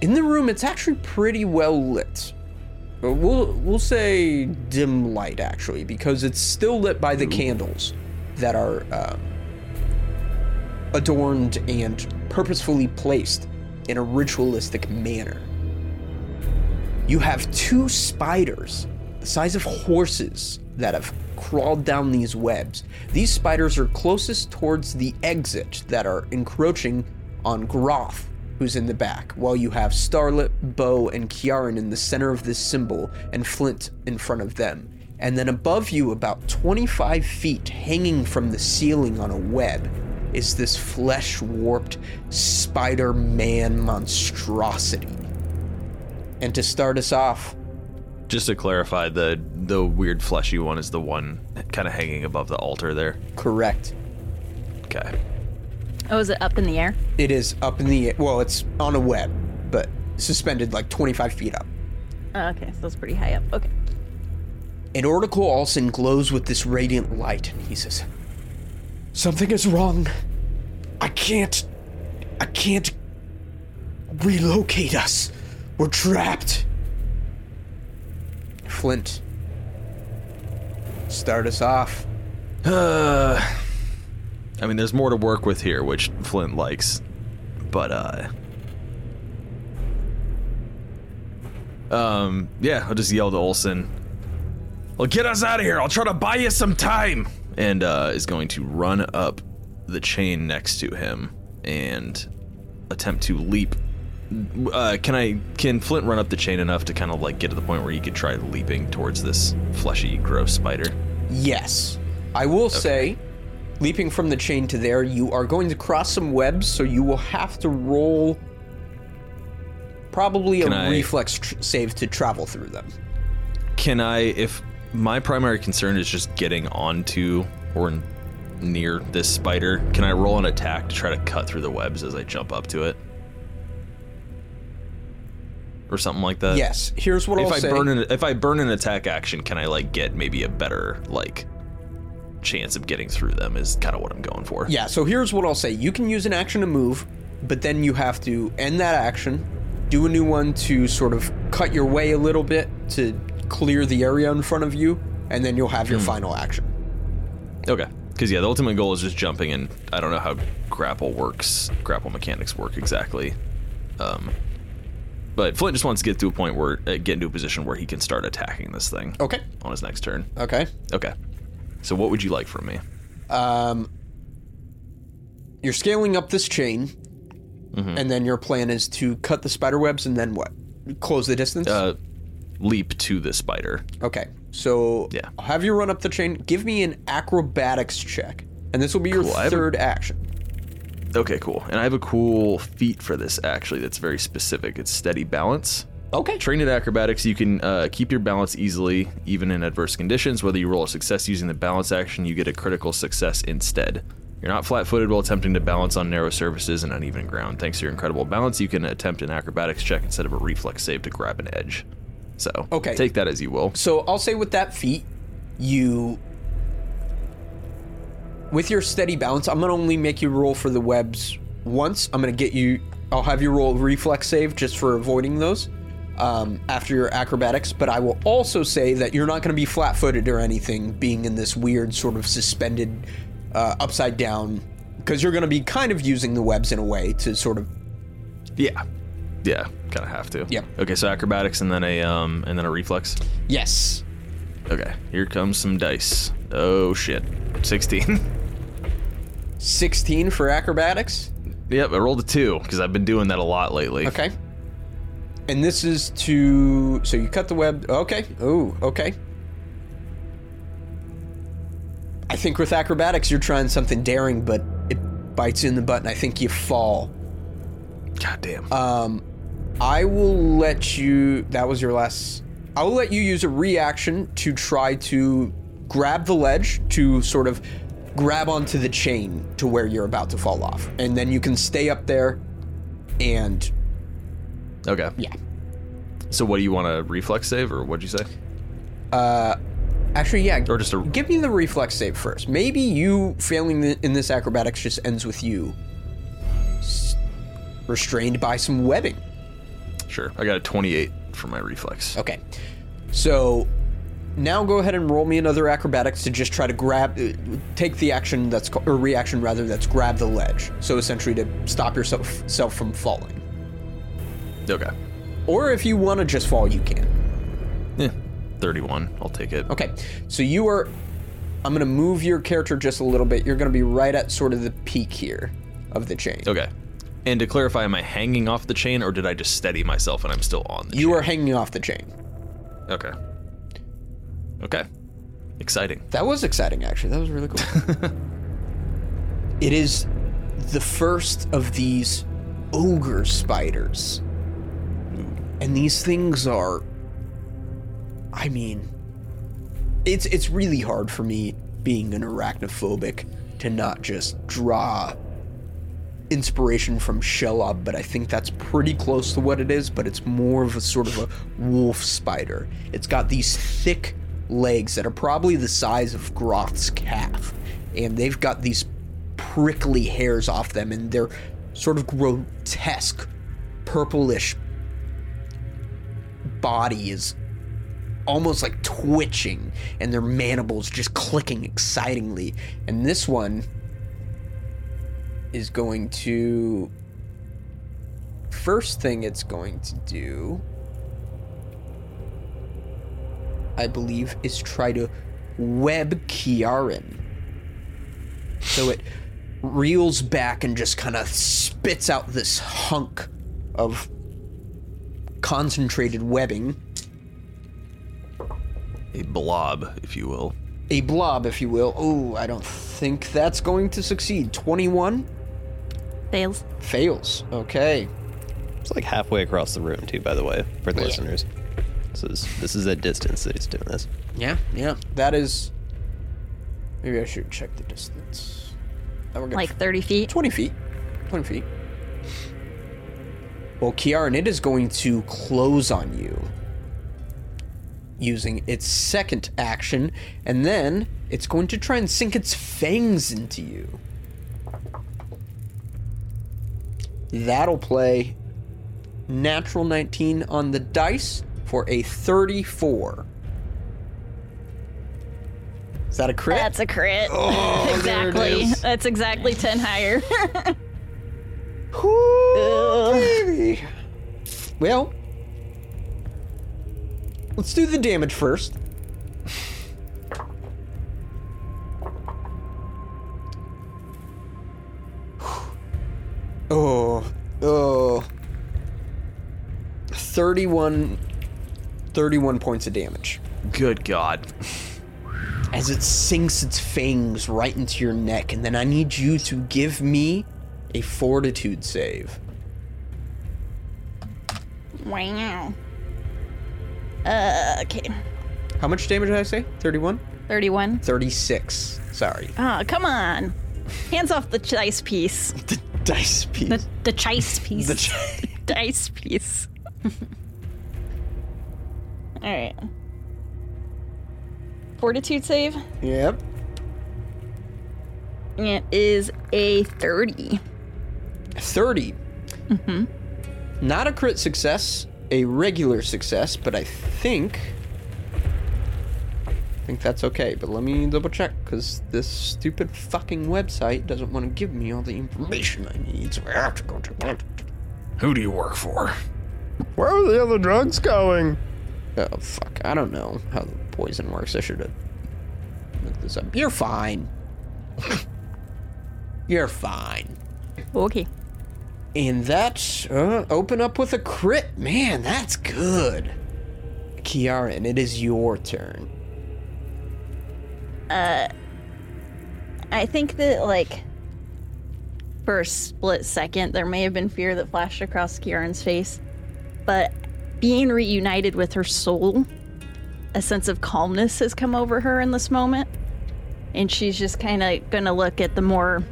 [SPEAKER 6] In the room, it's actually pretty well lit. But We'll we'll say dim light actually, because it's still lit by the candles that are um, adorned and purposefully placed in a ritualistic manner. You have two spiders the size of horses that have crawled down these webs. These spiders are closest towards the exit that are encroaching on Groth, who's in the back, while you have Starlit, Bo, and Kiaran in the center of this symbol and Flint in front of them. And then above you, about 25 feet, hanging from the ceiling on a web, is this flesh warped Spider Man monstrosity. And to start us off,
[SPEAKER 1] Just to clarify, the the weird fleshy one is the one kind of hanging above the altar there.
[SPEAKER 6] correct.
[SPEAKER 1] Okay.
[SPEAKER 5] Oh, is it up in the air?
[SPEAKER 6] It is up in the well, it's on a web, but suspended like 25 feet up.
[SPEAKER 5] Oh, okay, so it's pretty high up. Okay.
[SPEAKER 6] And Oracle Olsen glows with this radiant light, and he says, Something is wrong. I can't. I can't. relocate us. We're trapped. Flint, start us off.
[SPEAKER 1] Uh, I mean, there's more to work with here, which Flint likes, but uh, um, yeah, I'll just yell to Olson. Well, get us out of here. I'll try to buy you some time. And uh, is going to run up the chain next to him and attempt to leap. Uh, can I? Can Flint run up the chain enough to kind of like get to the point where he could try leaping towards this fleshy, gross spider?
[SPEAKER 6] Yes. I will say, leaping from the chain to there, you are going to cross some webs, so you will have to roll probably
[SPEAKER 1] Can
[SPEAKER 6] a
[SPEAKER 1] I-
[SPEAKER 6] reflex tr- save to travel through them.
[SPEAKER 1] Can I, if my primary concern is just getting onto or n- near this spider, can I roll an attack to try to cut through the webs as I jump up to it? Or something like that?
[SPEAKER 6] yes. Here's what
[SPEAKER 1] Uh, if
[SPEAKER 6] I'll
[SPEAKER 1] I
[SPEAKER 6] say.
[SPEAKER 1] burn an if I burn an attack action, can I like get maybe a better like chance of getting through them is kind of what I'm going for.
[SPEAKER 6] Yeah, so here's what I'll say. You can use an action to move, but then you have to end that action, do a new one to sort of cut your way a little bit to clear the area in front of you, and then you'll have your
[SPEAKER 1] Hmm.
[SPEAKER 6] final action.
[SPEAKER 1] Okay. Because yeah, the ultimate goal is just jumping, and I don't know how grapple works, grapple mechanics work exactly. Um, but Flint just wants to get to a point where uh, get into a position where he can start attacking this thing
[SPEAKER 6] Okay.
[SPEAKER 1] on his next turn.
[SPEAKER 6] Okay.
[SPEAKER 1] Okay. So what would you like from me?
[SPEAKER 6] Um, you're scaling up this chain,
[SPEAKER 1] Mm-hmm.
[SPEAKER 6] and then your plan is to cut the spider webs and then what? Close the distance?
[SPEAKER 1] Uh, leap to the spider.
[SPEAKER 6] okay. So
[SPEAKER 1] Yeah.
[SPEAKER 6] I'll have you run up the chain. Give me an acrobatics check, and this will be your
[SPEAKER 1] Cool, I haven't-
[SPEAKER 6] third action.
[SPEAKER 1] Okay, cool. And I have a cool feat for this actually. That's very specific. It's steady balance.
[SPEAKER 6] Okay.
[SPEAKER 1] Trained at acrobatics, you can uh, keep your balance easily, even in adverse conditions. Whether you roll a success using the balance action, you get a critical success instead. You're not flat footed while attempting to balance on narrow surfaces and uneven ground. Thanks to your incredible balance, you can attempt an acrobatics check instead of a reflex save to grab an edge. So,
[SPEAKER 6] Okay.
[SPEAKER 1] take that as you will.
[SPEAKER 6] So I'll say with that feat, you with your steady balance, I'm gonna only make you roll for the webs once. I'm gonna get you. I'll have you roll a reflex save just for avoiding those um, after your acrobatics. But I will also say that you're not gonna be flat-footed or anything, being in this weird sort of suspended, uh, upside down, because you're gonna be kind of using the webs in a way to sort of
[SPEAKER 1] Yeah. Yeah, kind of have to.
[SPEAKER 6] Yep.
[SPEAKER 1] Okay, so acrobatics and then a um and then a reflex.
[SPEAKER 6] yes.
[SPEAKER 1] Okay, here comes some dice. Oh shit. 16.
[SPEAKER 6] 16 for acrobatics.
[SPEAKER 1] yep, I rolled a 2 cuz I've been doing that a lot lately.
[SPEAKER 6] Okay. And this is to so you cut the web. Okay. Oh, okay. I think with acrobatics you're trying something daring, but it bites you in the butt, and I think you fall.
[SPEAKER 1] God damn.
[SPEAKER 6] I will let you. That was your last. I will let you use a reaction to try to grab the ledge to sort of grab onto the chain to where you're about to fall off, and then you can stay up there. And
[SPEAKER 1] okay.
[SPEAKER 6] yeah,
[SPEAKER 1] So what do you want a reflex save or what'd you say?
[SPEAKER 6] actually, yeah.
[SPEAKER 1] Or just a
[SPEAKER 6] Give me the reflex save first. Maybe you failing the, in this acrobatics just ends with you s- restrained by some webbing.
[SPEAKER 1] sure. I got a 28 for my reflex.
[SPEAKER 6] Okay. So now go ahead and roll me another acrobatics to just try to grab, uh, take the action that's ca- or reaction rather that's grab the ledge. So essentially to stop yourself self from falling.
[SPEAKER 1] Okay.
[SPEAKER 6] Or if you want to just fall, you can.
[SPEAKER 1] Yeah. 31. I'll take it.
[SPEAKER 6] Okay, so you are. I'm gonna move your character just a little bit. You're gonna be right at sort of the peak here of the chain.
[SPEAKER 1] Okay. And to clarify, am I hanging off the chain or did I just steady myself and I'm still on the
[SPEAKER 6] You are hanging off the chain.
[SPEAKER 1] chain? Okay. Okay. Exciting.
[SPEAKER 6] That was exciting, actually. That was really cool. it is the first of these ogre spiders. And these things are. I mean. It's, it's really hard for me, being an arachnophobic, to not just draw inspiration from Shelob, but I think that's pretty close to what it is, but it's more of a sort of a wolf spider. It's got these thick legs that are probably the size of Groth's calf, and they've got these prickly hairs off them, and they're sort of grotesque, purplish body is almost like twitching, and their mandibles just clicking excitingly. And this one is going to first thing it's going to do I believe is try to web Kiarin. So it reels back and just kind of spits out this hunk of concentrated webbing,
[SPEAKER 1] A blob, if you will.
[SPEAKER 6] a blob if you will. Oh, I don't think that's going to succeed. 21
[SPEAKER 5] Fails.
[SPEAKER 6] fails. Okay.
[SPEAKER 7] It's like halfway across the room, too, by the way, for the listeners. So this, this is at distance that he's doing this.
[SPEAKER 6] Yeah, yeah. That is. Maybe I should check the distance. Now we're gonna
[SPEAKER 3] Like 30 feet?
[SPEAKER 6] 20 feet. 20 feet. Well, Kiaran, it is going to close on you using its second action, and then it's going to try and sink its fangs into you. That'll play natural 19 on the dice for a 34. Is that a crit?
[SPEAKER 3] That's a crit.
[SPEAKER 7] Oh,
[SPEAKER 3] exactly. That's exactly 10 higher.
[SPEAKER 6] Ooh, baby. Well, let's do the damage first. oh, oh. 31, 31 points of damage
[SPEAKER 1] Good God.
[SPEAKER 6] as it sinks its fangs right into your neck, and then I need you to give me a fortitude save.
[SPEAKER 3] wow. Uh, okay.
[SPEAKER 6] How much damage did I say? 31?
[SPEAKER 3] 31.
[SPEAKER 6] 36. Sorry.
[SPEAKER 3] Oh, come on. Hands off the dice piece.
[SPEAKER 6] The dice piece.
[SPEAKER 5] The, the chase piece.
[SPEAKER 6] The ch-
[SPEAKER 3] dice piece. All right. Fortitude save.
[SPEAKER 6] yep.
[SPEAKER 3] It is a 30.
[SPEAKER 6] 30. Mm-hmm. Not a crit success, a regular success, but I think. I think that's okay, but let me double check because this stupid fucking website doesn't want to give me all the information I need, so I have to go to it.
[SPEAKER 1] Who do you work for?
[SPEAKER 7] Where are the other drugs going?
[SPEAKER 6] Oh, fuck. I don't know how the poison works. I should have looked this up. You're fine. You're fine.
[SPEAKER 3] Okay.
[SPEAKER 6] And that uh, open up with a crit. Man, that's good. Kiara, and it is your turn.
[SPEAKER 3] I think that, like, for a split second, there may have been fear that flashed across Kieran's face, but being reunited with her soul, a sense of calmness has come over her in this moment. And she's just kind of going to look at the more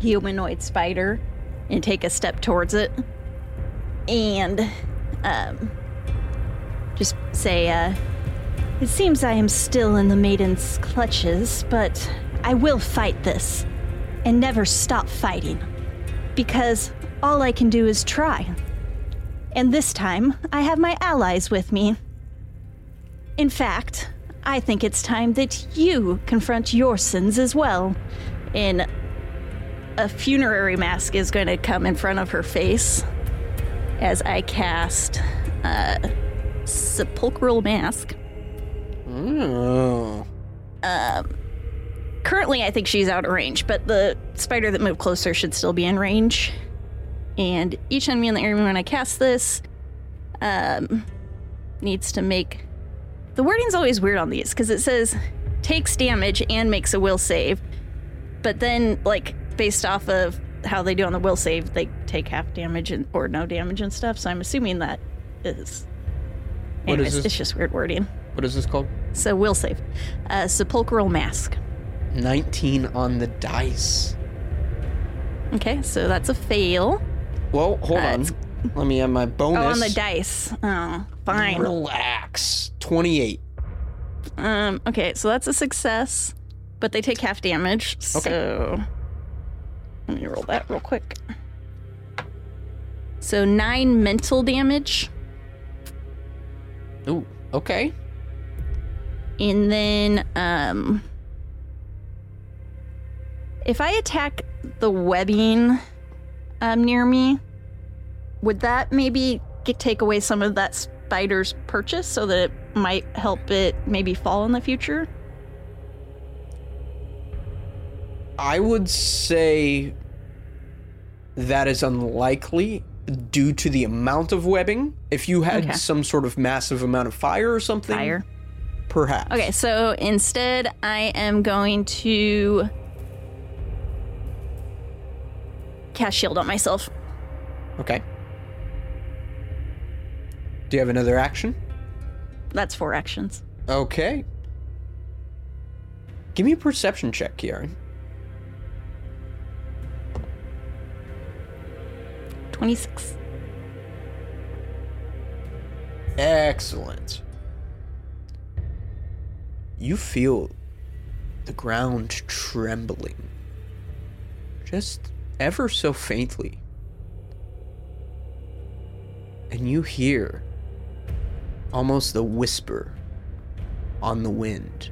[SPEAKER 3] humanoid spider and take a step towards it. And um, just say, uh, it seems I am still in the maiden's clutches, but I will fight this and never stop fighting. Because all I can do is try. And this time, I have my allies with me. In fact, I think it's time that you confront your sins as well. And a funerary mask is going to come in front of her face as I cast uh, Sepulchral Mask.
[SPEAKER 6] Oh.
[SPEAKER 3] currently i think she's out of range but the spider that moved closer should still be in range and each enemy in the area when i cast this um, needs to make the wording's always weird on these because it says takes damage and makes a will save but then like based off of how they do on the will save they take half damage and, or no damage and stuff so i'm assuming that is
[SPEAKER 6] What is
[SPEAKER 3] anyways
[SPEAKER 6] this?
[SPEAKER 3] it's just weird wording
[SPEAKER 6] What is this called?
[SPEAKER 3] so will save uh, sepulchral mask
[SPEAKER 6] 19 on the dice.
[SPEAKER 3] okay so that's a fail
[SPEAKER 6] Well, hold
[SPEAKER 3] Uh,
[SPEAKER 6] on.
[SPEAKER 3] it's-
[SPEAKER 6] Let me have my bonus.
[SPEAKER 3] Oh, on the dice. Oh, fine.
[SPEAKER 6] Relax. 28.
[SPEAKER 3] Um, okay, so that's a success, but they take half damage. So let me roll that real quick. So nine mental damage,
[SPEAKER 6] Ooh, okay.
[SPEAKER 3] and then um, if I attack the webbing um, near me, would that maybe get, take away some of that spider's purchase so that it might help it maybe fall in the future?
[SPEAKER 6] I would say that is unlikely due to the amount of webbing. If you had
[SPEAKER 3] Okay.
[SPEAKER 6] some sort of massive amount of fire or something,
[SPEAKER 3] Fire.
[SPEAKER 6] perhaps.
[SPEAKER 3] Okay, so instead, I am going to cast shield on myself.
[SPEAKER 6] Okay. Do you have another action?
[SPEAKER 3] That's four actions.
[SPEAKER 6] Okay. Give me a perception check, Kieran.
[SPEAKER 3] 26.
[SPEAKER 6] Excellent. You feel the ground trembling. Just ever so faintly. And you hear almost the whisper on the wind.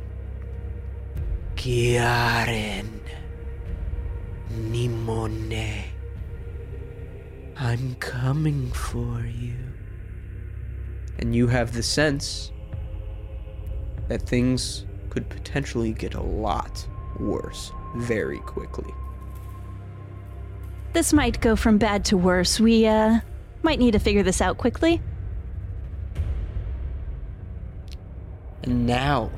[SPEAKER 6] Kiaren Nimone. I'm coming for you. And you have the sense that things could potentially get a lot worse very quickly.
[SPEAKER 3] This might go from bad to worse. We uh, might need to figure this out quickly.
[SPEAKER 6] And now,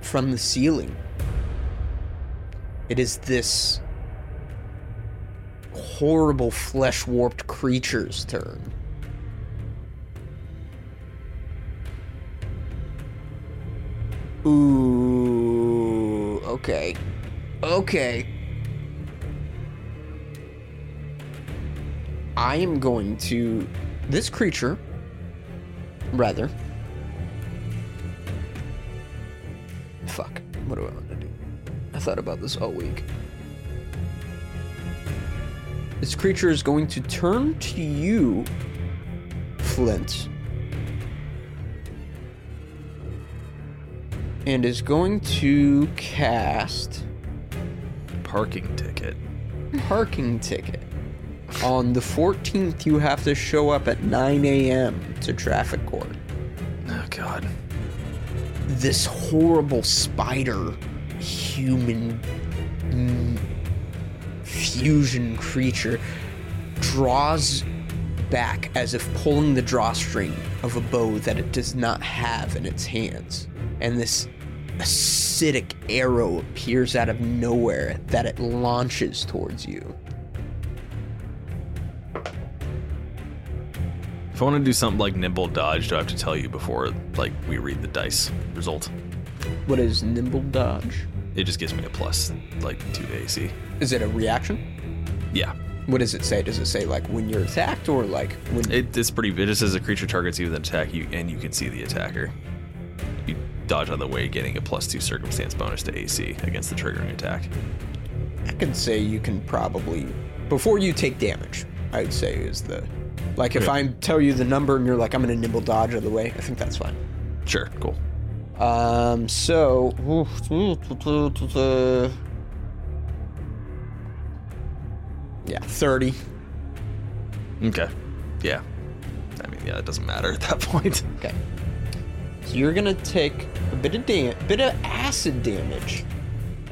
[SPEAKER 6] from the ceiling, it is this horrible flesh warped creature's turn. Ooh, okay. Okay. I am going to. This creature, rather. Fuck. What do I want to do? I thought about this all week. This creature is going to turn to you, Flint. And is going to cast
[SPEAKER 1] Parking ticket.
[SPEAKER 6] parking ticket. On the 14th, you have to show up at 9 a.m. to traffic court.
[SPEAKER 1] Oh God.
[SPEAKER 6] this horrible spider human mm, fusion creature draws back as if pulling the drawstring of a bow that it does not have in its hands and this acidic arrow appears out of nowhere that it launches towards you
[SPEAKER 1] If I want to do something like nimble dodge, do I have to tell you before like we read the dice result?
[SPEAKER 6] what is nimble dodge
[SPEAKER 1] It just gives me a plus like two to AC.
[SPEAKER 6] is it a reaction
[SPEAKER 1] Yeah.
[SPEAKER 6] what does it say does it say like when you're attacked or like when
[SPEAKER 1] It, it's pretty. It just says a creature targets you with an attack, you and you can see the attacker. You dodge out of the way, getting a plus two circumstance bonus to AC against the triggering attack.
[SPEAKER 6] I can say you can probably before you take damage. I'd say is the like if
[SPEAKER 1] Okay.
[SPEAKER 6] I tell you the number and you're like I'm gonna nimble dodge out of the way. I think that's fine.
[SPEAKER 1] Sure, cool.
[SPEAKER 6] Um, so yeah, thirty.
[SPEAKER 1] Okay. Yeah. I mean, yeah, it doesn't matter at that point.
[SPEAKER 6] Okay, so you're gonna take a bit of dam- bit of acid damage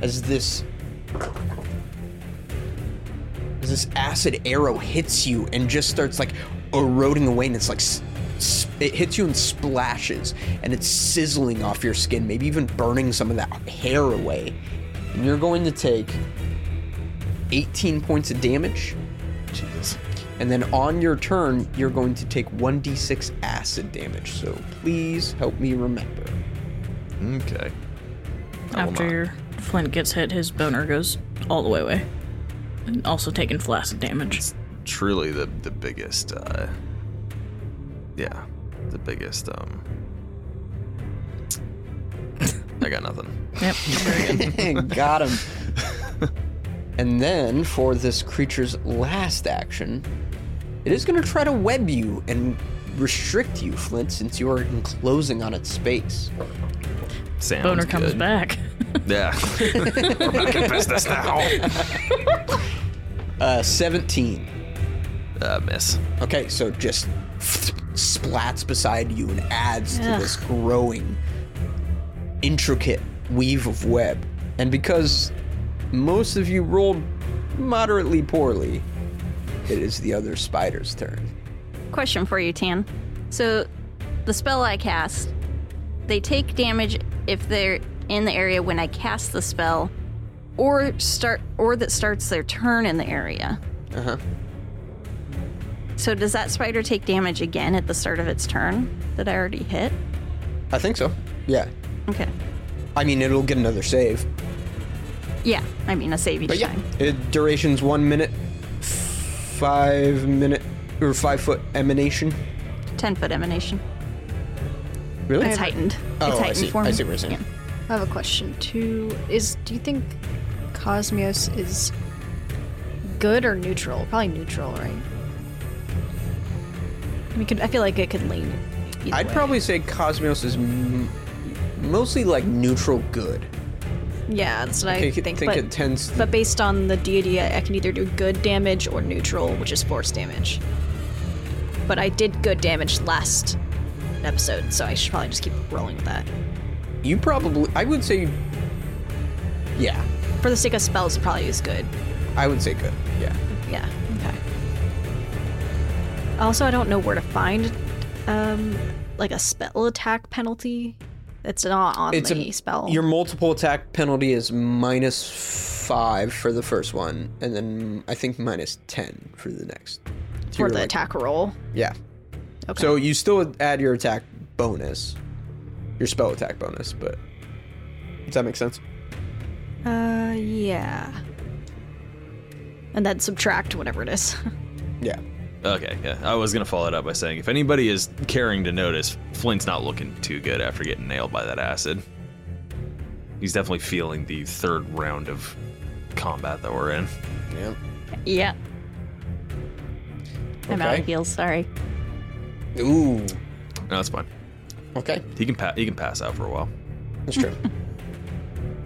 [SPEAKER 6] as this as this acid arrow hits you and just starts like eroding away and it's like s- s- it hits you in splashes and it's sizzling off your skin maybe even burning some of that hair away and you're going to take 18 points of damage
[SPEAKER 1] Jesus.
[SPEAKER 6] and then on your turn you're going to take 1d6 acid damage so please help me remember
[SPEAKER 1] Okay. I will not.
[SPEAKER 2] After Flint gets hit, his boner goes all the way away. And also taking flaccid damage.
[SPEAKER 1] truly the the biggest uh yeah the biggest um i got nothing
[SPEAKER 2] Yep.
[SPEAKER 6] Got him. and then for this creature's last action, it is going to try to web you and restrict you, Flint, since you are enclosing on its space.
[SPEAKER 1] Sounds
[SPEAKER 2] Boner comes
[SPEAKER 1] good.
[SPEAKER 2] back.
[SPEAKER 1] yeah we're back in business now
[SPEAKER 6] Uh, 17.
[SPEAKER 1] uh miss
[SPEAKER 6] Okay, so just splats beside you and adds to this growing, intricate weave of web. And because most of you rolled moderately poorly, it is the other spider's turn.
[SPEAKER 3] Question for you, Tan. So, the spell I cast, they take damage if they're in the area when I cast the spell, or start or that starts their turn in the area.
[SPEAKER 6] Uh huh.
[SPEAKER 3] So, does that spider take damage again at the start of its turn that I already hit?
[SPEAKER 6] I think so. Yeah.
[SPEAKER 3] Okay.
[SPEAKER 6] I mean, it'll get another save.
[SPEAKER 3] Yeah, I mean, a save each
[SPEAKER 6] But yeah,
[SPEAKER 3] time.
[SPEAKER 6] it, duration's one minute, five minute, or five foot emanation.
[SPEAKER 3] 10 foot emanation.
[SPEAKER 6] Really?
[SPEAKER 3] It's heightened.
[SPEAKER 6] Oh,
[SPEAKER 3] it's
[SPEAKER 6] I
[SPEAKER 3] heightened
[SPEAKER 6] see.
[SPEAKER 3] form.
[SPEAKER 6] I see what you're saying.
[SPEAKER 3] Yeah.
[SPEAKER 8] I have a question too. Is do you think Cosmos is good or neutral? Probably neutral, right?
[SPEAKER 5] I mean, could, I feel like it could lean. either
[SPEAKER 6] I'd
[SPEAKER 5] way.
[SPEAKER 6] probably say Cosmos is m- mostly like neutral good.
[SPEAKER 5] Yeah, that's what I,
[SPEAKER 6] I
[SPEAKER 5] think.
[SPEAKER 6] think
[SPEAKER 5] but,
[SPEAKER 6] it tends to-
[SPEAKER 5] but based on the deity, I I can either do good damage or neutral, which is force damage. But I did good damage last episode, so I should probably just keep rolling with that.
[SPEAKER 6] You probably, I would say, yeah,
[SPEAKER 5] For the sake of spells, it probably is good.
[SPEAKER 6] I would say good. Yeah.
[SPEAKER 5] Yeah. Okay. Also, I don't know where to find, um, like a spell attack penalty. It's not on
[SPEAKER 6] It's
[SPEAKER 5] the
[SPEAKER 6] a
[SPEAKER 5] spell.
[SPEAKER 6] Your multiple attack penalty is minus five for the first one, and then I think minus ten for the next. So
[SPEAKER 5] for
[SPEAKER 6] you're
[SPEAKER 5] the
[SPEAKER 6] like-
[SPEAKER 5] attack roll.
[SPEAKER 6] Yeah.
[SPEAKER 5] Okay.
[SPEAKER 6] So you still add your attack bonus, your spell attack bonus, but does that make sense?
[SPEAKER 5] Uh, yeah. And then subtract whatever it is.
[SPEAKER 6] Yeah.
[SPEAKER 1] Okay, yeah. I was gonna follow it up by saying if anybody is caring to notice, Flint's not looking too good after getting nailed by that acid. He's definitely feeling the third round of combat that we're in.
[SPEAKER 6] Yeah.
[SPEAKER 3] Yeah. I'm out
[SPEAKER 6] Okay.
[SPEAKER 3] of heals, sorry.
[SPEAKER 6] Ooh.
[SPEAKER 1] No, that's fine.
[SPEAKER 6] Okay.
[SPEAKER 1] He can pa- he can pass out for a while.
[SPEAKER 6] That's true.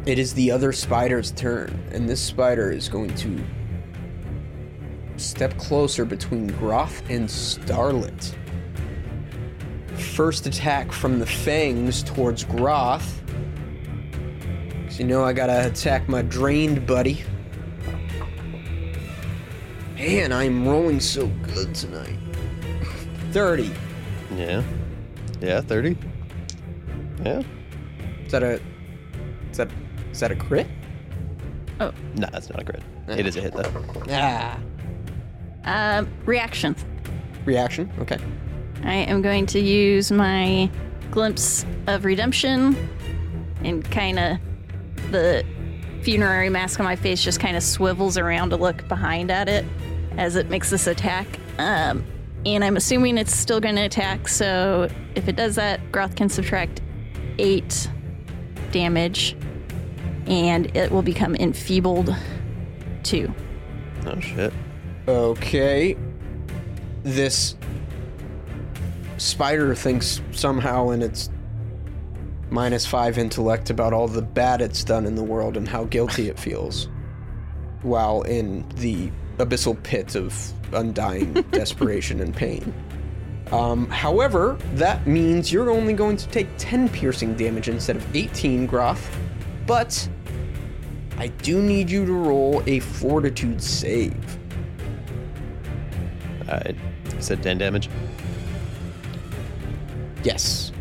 [SPEAKER 6] it is the other spider's turn, and this spider is going to step closer between Groth and Starlit. First attack from the fangs towards Groth. 'Cause you know I gotta attack my drained buddy. Man, I'm rolling so good tonight. 30.
[SPEAKER 7] Yeah. Yeah, 30. Yeah.
[SPEAKER 6] Is that a. Is that, is that a crit?
[SPEAKER 7] Nah, it's not a crit. It is a hit, though.
[SPEAKER 6] Ah.
[SPEAKER 3] Um, reaction.
[SPEAKER 6] Reaction? Okay.
[SPEAKER 3] I am going to use my glimpse of redemption and kind of the funerary mask on my face just kind of swivels around to look behind at it as it makes this attack. Um, and I'm assuming it's still going to attack, so if it does that, Groth can subtract eight damage and it will become enfeebled two.
[SPEAKER 7] Oh, shit.
[SPEAKER 6] Okay. This spider thinks somehow in its minus five intellect about all the bad it's done in the world and how guilty it feels while in the abyssal pit of undying desperation and pain. Um, however, that means you're only going to take 10 piercing damage instead of 18, Groth. But I do need you to roll a fortitude save.
[SPEAKER 7] I said 10 damage.
[SPEAKER 6] Yes.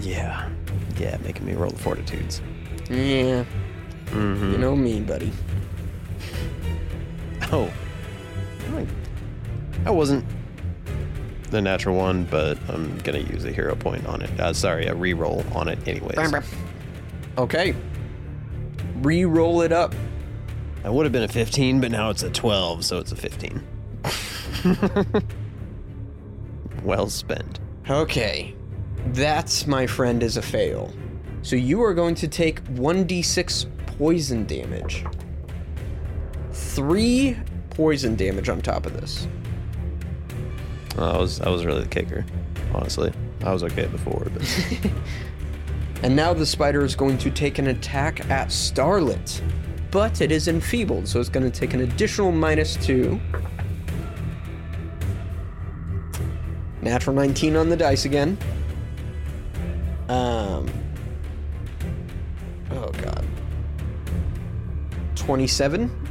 [SPEAKER 7] Yeah. Yeah, making me roll the fortitudes.
[SPEAKER 6] Yeah. You know me, buddy.
[SPEAKER 7] Oh. I- I wasn't the natural one, but I'm gonna use a hero point on it. Uh, sorry, a reroll on it anyways.
[SPEAKER 6] Okay. Re-roll it up.
[SPEAKER 7] I would have been a 15, but now it's a 12, so it's a 15. well spent.
[SPEAKER 6] Okay. That's, my friend, is a fail. So you are going to take 1d6 poison damage. Three poison damage on top of this.
[SPEAKER 7] I was I was really the kicker, honestly. I was okay before, but
[SPEAKER 6] And now the spider is going to take an attack at Starlit. But it is enfeebled, so it's going to take an additional minus two. Natural 19 on the dice again. Um. Oh, God. 27.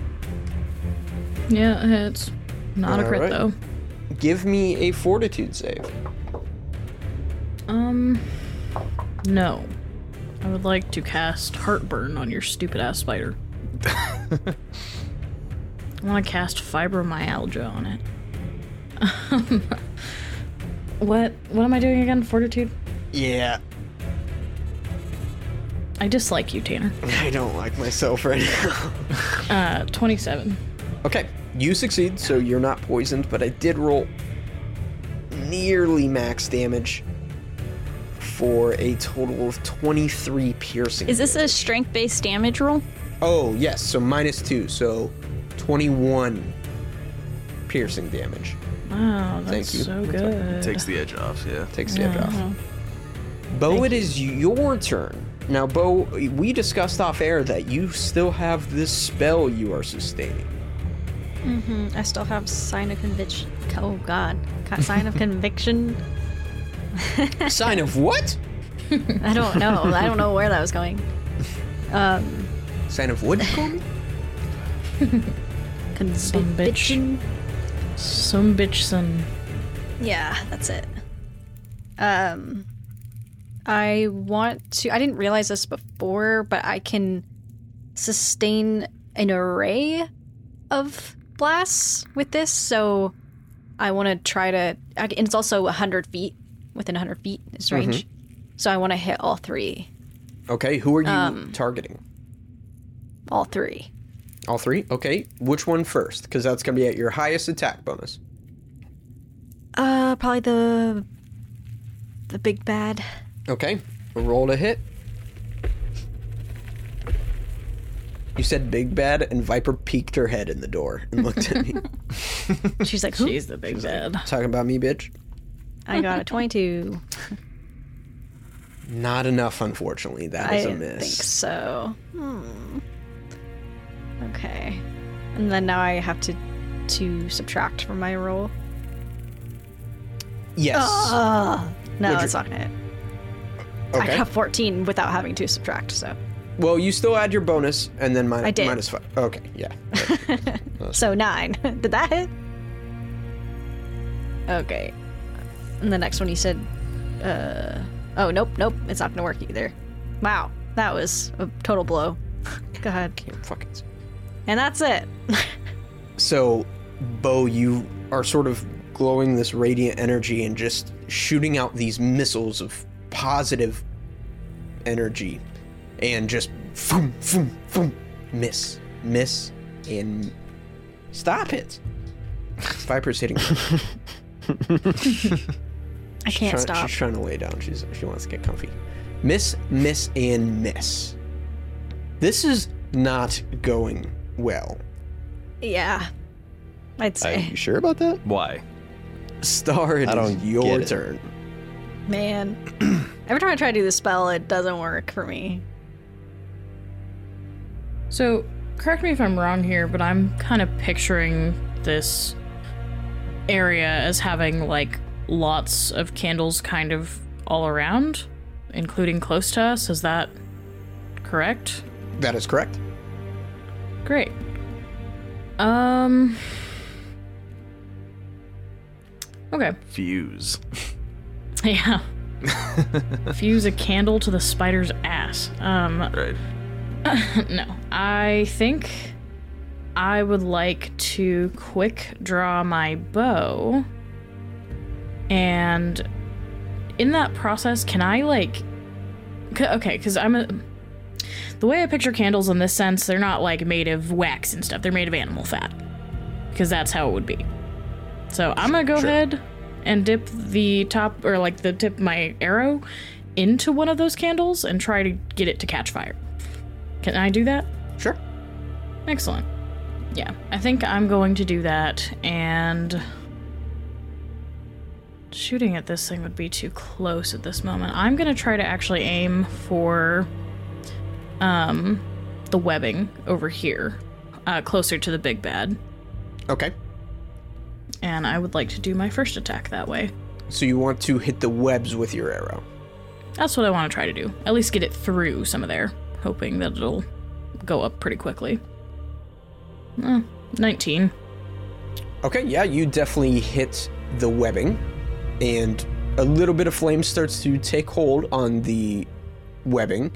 [SPEAKER 2] Yeah, it's not a crit
[SPEAKER 6] Alright.
[SPEAKER 2] though.
[SPEAKER 6] Give me a fortitude save.
[SPEAKER 2] Um, no. I would like to cast Heartburn on your stupid ass spider. I want to cast Fibromyalgia on it. what? What am I doing again? Fortitude?
[SPEAKER 6] Yeah,
[SPEAKER 2] I dislike you, Tanner.
[SPEAKER 6] I don't like myself right now.
[SPEAKER 2] Uh, 27.
[SPEAKER 6] Okay, you succeed, so you're not poisoned, but I did roll nearly max damage for a total of 23 piercing.
[SPEAKER 3] Is this a strength based damage roll?
[SPEAKER 6] Oh, yes, so minus two, so 21 piercing damage.
[SPEAKER 2] Wow, Oh, that's
[SPEAKER 6] you.
[SPEAKER 2] so good.
[SPEAKER 1] Takes the edge off. Yeah.
[SPEAKER 6] Takes the edge off. Bo, it is your turn. Now, Bo, we discussed off air that you still have this spell you are sustaining.
[SPEAKER 3] Mm, I still have sign of conviction. Oh God, Ca- sign of conviction.
[SPEAKER 6] Sign of what?
[SPEAKER 3] I don't know. I don't know where that was going.
[SPEAKER 6] Sign of what? you call me?
[SPEAKER 2] Some bitch. Some bitch son.
[SPEAKER 5] Yeah, that's it. Um I want to I didn't realize this before, but I can sustain an array of blasts with this, so I want to try to I, and it's also 100 feet within 100 feet
[SPEAKER 3] Mm-hmm.
[SPEAKER 5] is range.
[SPEAKER 3] Hmm.
[SPEAKER 5] So I want to hit all three.
[SPEAKER 6] Okay, who are you targeting?
[SPEAKER 5] All three.
[SPEAKER 6] All three? Okay, which one first? Because that's going to be at your highest attack bonus.
[SPEAKER 5] Uh probably the the big bad.
[SPEAKER 6] Okay, roll to hit. You said big bad, and Viper peeked her head in the door and looked at me.
[SPEAKER 5] She's like, "Who?"
[SPEAKER 2] She's the big bad.
[SPEAKER 6] Talking about me, bitch?
[SPEAKER 5] I got a 22.
[SPEAKER 6] Not enough, unfortunately. That
[SPEAKER 5] I
[SPEAKER 6] is a
[SPEAKER 5] didn't
[SPEAKER 6] miss.
[SPEAKER 5] think so. Hmm. Okay. And then now I have to to subtract from my roll.
[SPEAKER 6] Yes.
[SPEAKER 5] No,
[SPEAKER 6] Would you-
[SPEAKER 5] it's not gonna hit.
[SPEAKER 6] okay.
[SPEAKER 5] Ah, I got 14 without having to subtract, so
[SPEAKER 6] Well, you still add your bonus and then minus,
[SPEAKER 5] I did.
[SPEAKER 6] minus five. Okay, yeah.
[SPEAKER 5] so nine. Did that hit? Okay. And the next one you said, uh, oh nope, nope, it's not gonna work either. Wow, that was a total blow. God.
[SPEAKER 6] Fuck it.
[SPEAKER 5] And that's it.
[SPEAKER 6] So, Bo, you are sort of glowing this radiant energy and just shooting out these missiles of positive energy and just boom, boom, boom, miss, miss, and stop it. Viper's hitting. I
[SPEAKER 5] I can't stop.
[SPEAKER 6] She's trying to lay down. She's she wants to get comfy. Miss, miss, and miss. This is not going well.
[SPEAKER 5] Yeah. I'd
[SPEAKER 7] Are
[SPEAKER 5] say.
[SPEAKER 7] you sure about that?
[SPEAKER 1] Why?
[SPEAKER 6] Star, it
[SPEAKER 7] I
[SPEAKER 6] is
[SPEAKER 7] don't
[SPEAKER 6] your
[SPEAKER 7] get it.
[SPEAKER 6] turn.
[SPEAKER 5] Man, every time I try to do the spell, it doesn't work for me.
[SPEAKER 2] So, correct me if I'm wrong here, but I'm kind of picturing this area as having like lots of candles kind of all around, including close to us. Is that correct?
[SPEAKER 6] That is correct.
[SPEAKER 2] Great. Um. Okay.
[SPEAKER 1] Fuse.
[SPEAKER 2] Yeah. Fuse a candle to the spider's ass. Um,
[SPEAKER 1] Right.
[SPEAKER 2] no. I think I would like to quick draw my bow. And in that process, can I, like. c- Okay, because I'm a. The way I picture candles in this sense, they're not, like, made of wax and stuff. They're made of animal fat. Because that's how it would be. So I'm going to go ahead and dip the top, or, like, the tip of my arrow into one of those candles and try to get it to catch fire. Can I do that?
[SPEAKER 6] Sure.
[SPEAKER 2] Excellent. Yeah, I think I'm going to do that, and shooting at this thing would be too close at this moment. I'm going to try to actually aim for um, the webbing over here, uh, closer to the big bad,
[SPEAKER 6] Okay.
[SPEAKER 2] and I would like to do my first attack that way.
[SPEAKER 6] So you want to hit the webs with your arrow.
[SPEAKER 2] That's what I want to try to do. At least get it through some of there, hoping that it'll go up pretty quickly. Eh, 19.
[SPEAKER 6] Okay, yeah, you definitely hit the webbing, and a little bit of flame starts to take hold on the webbing.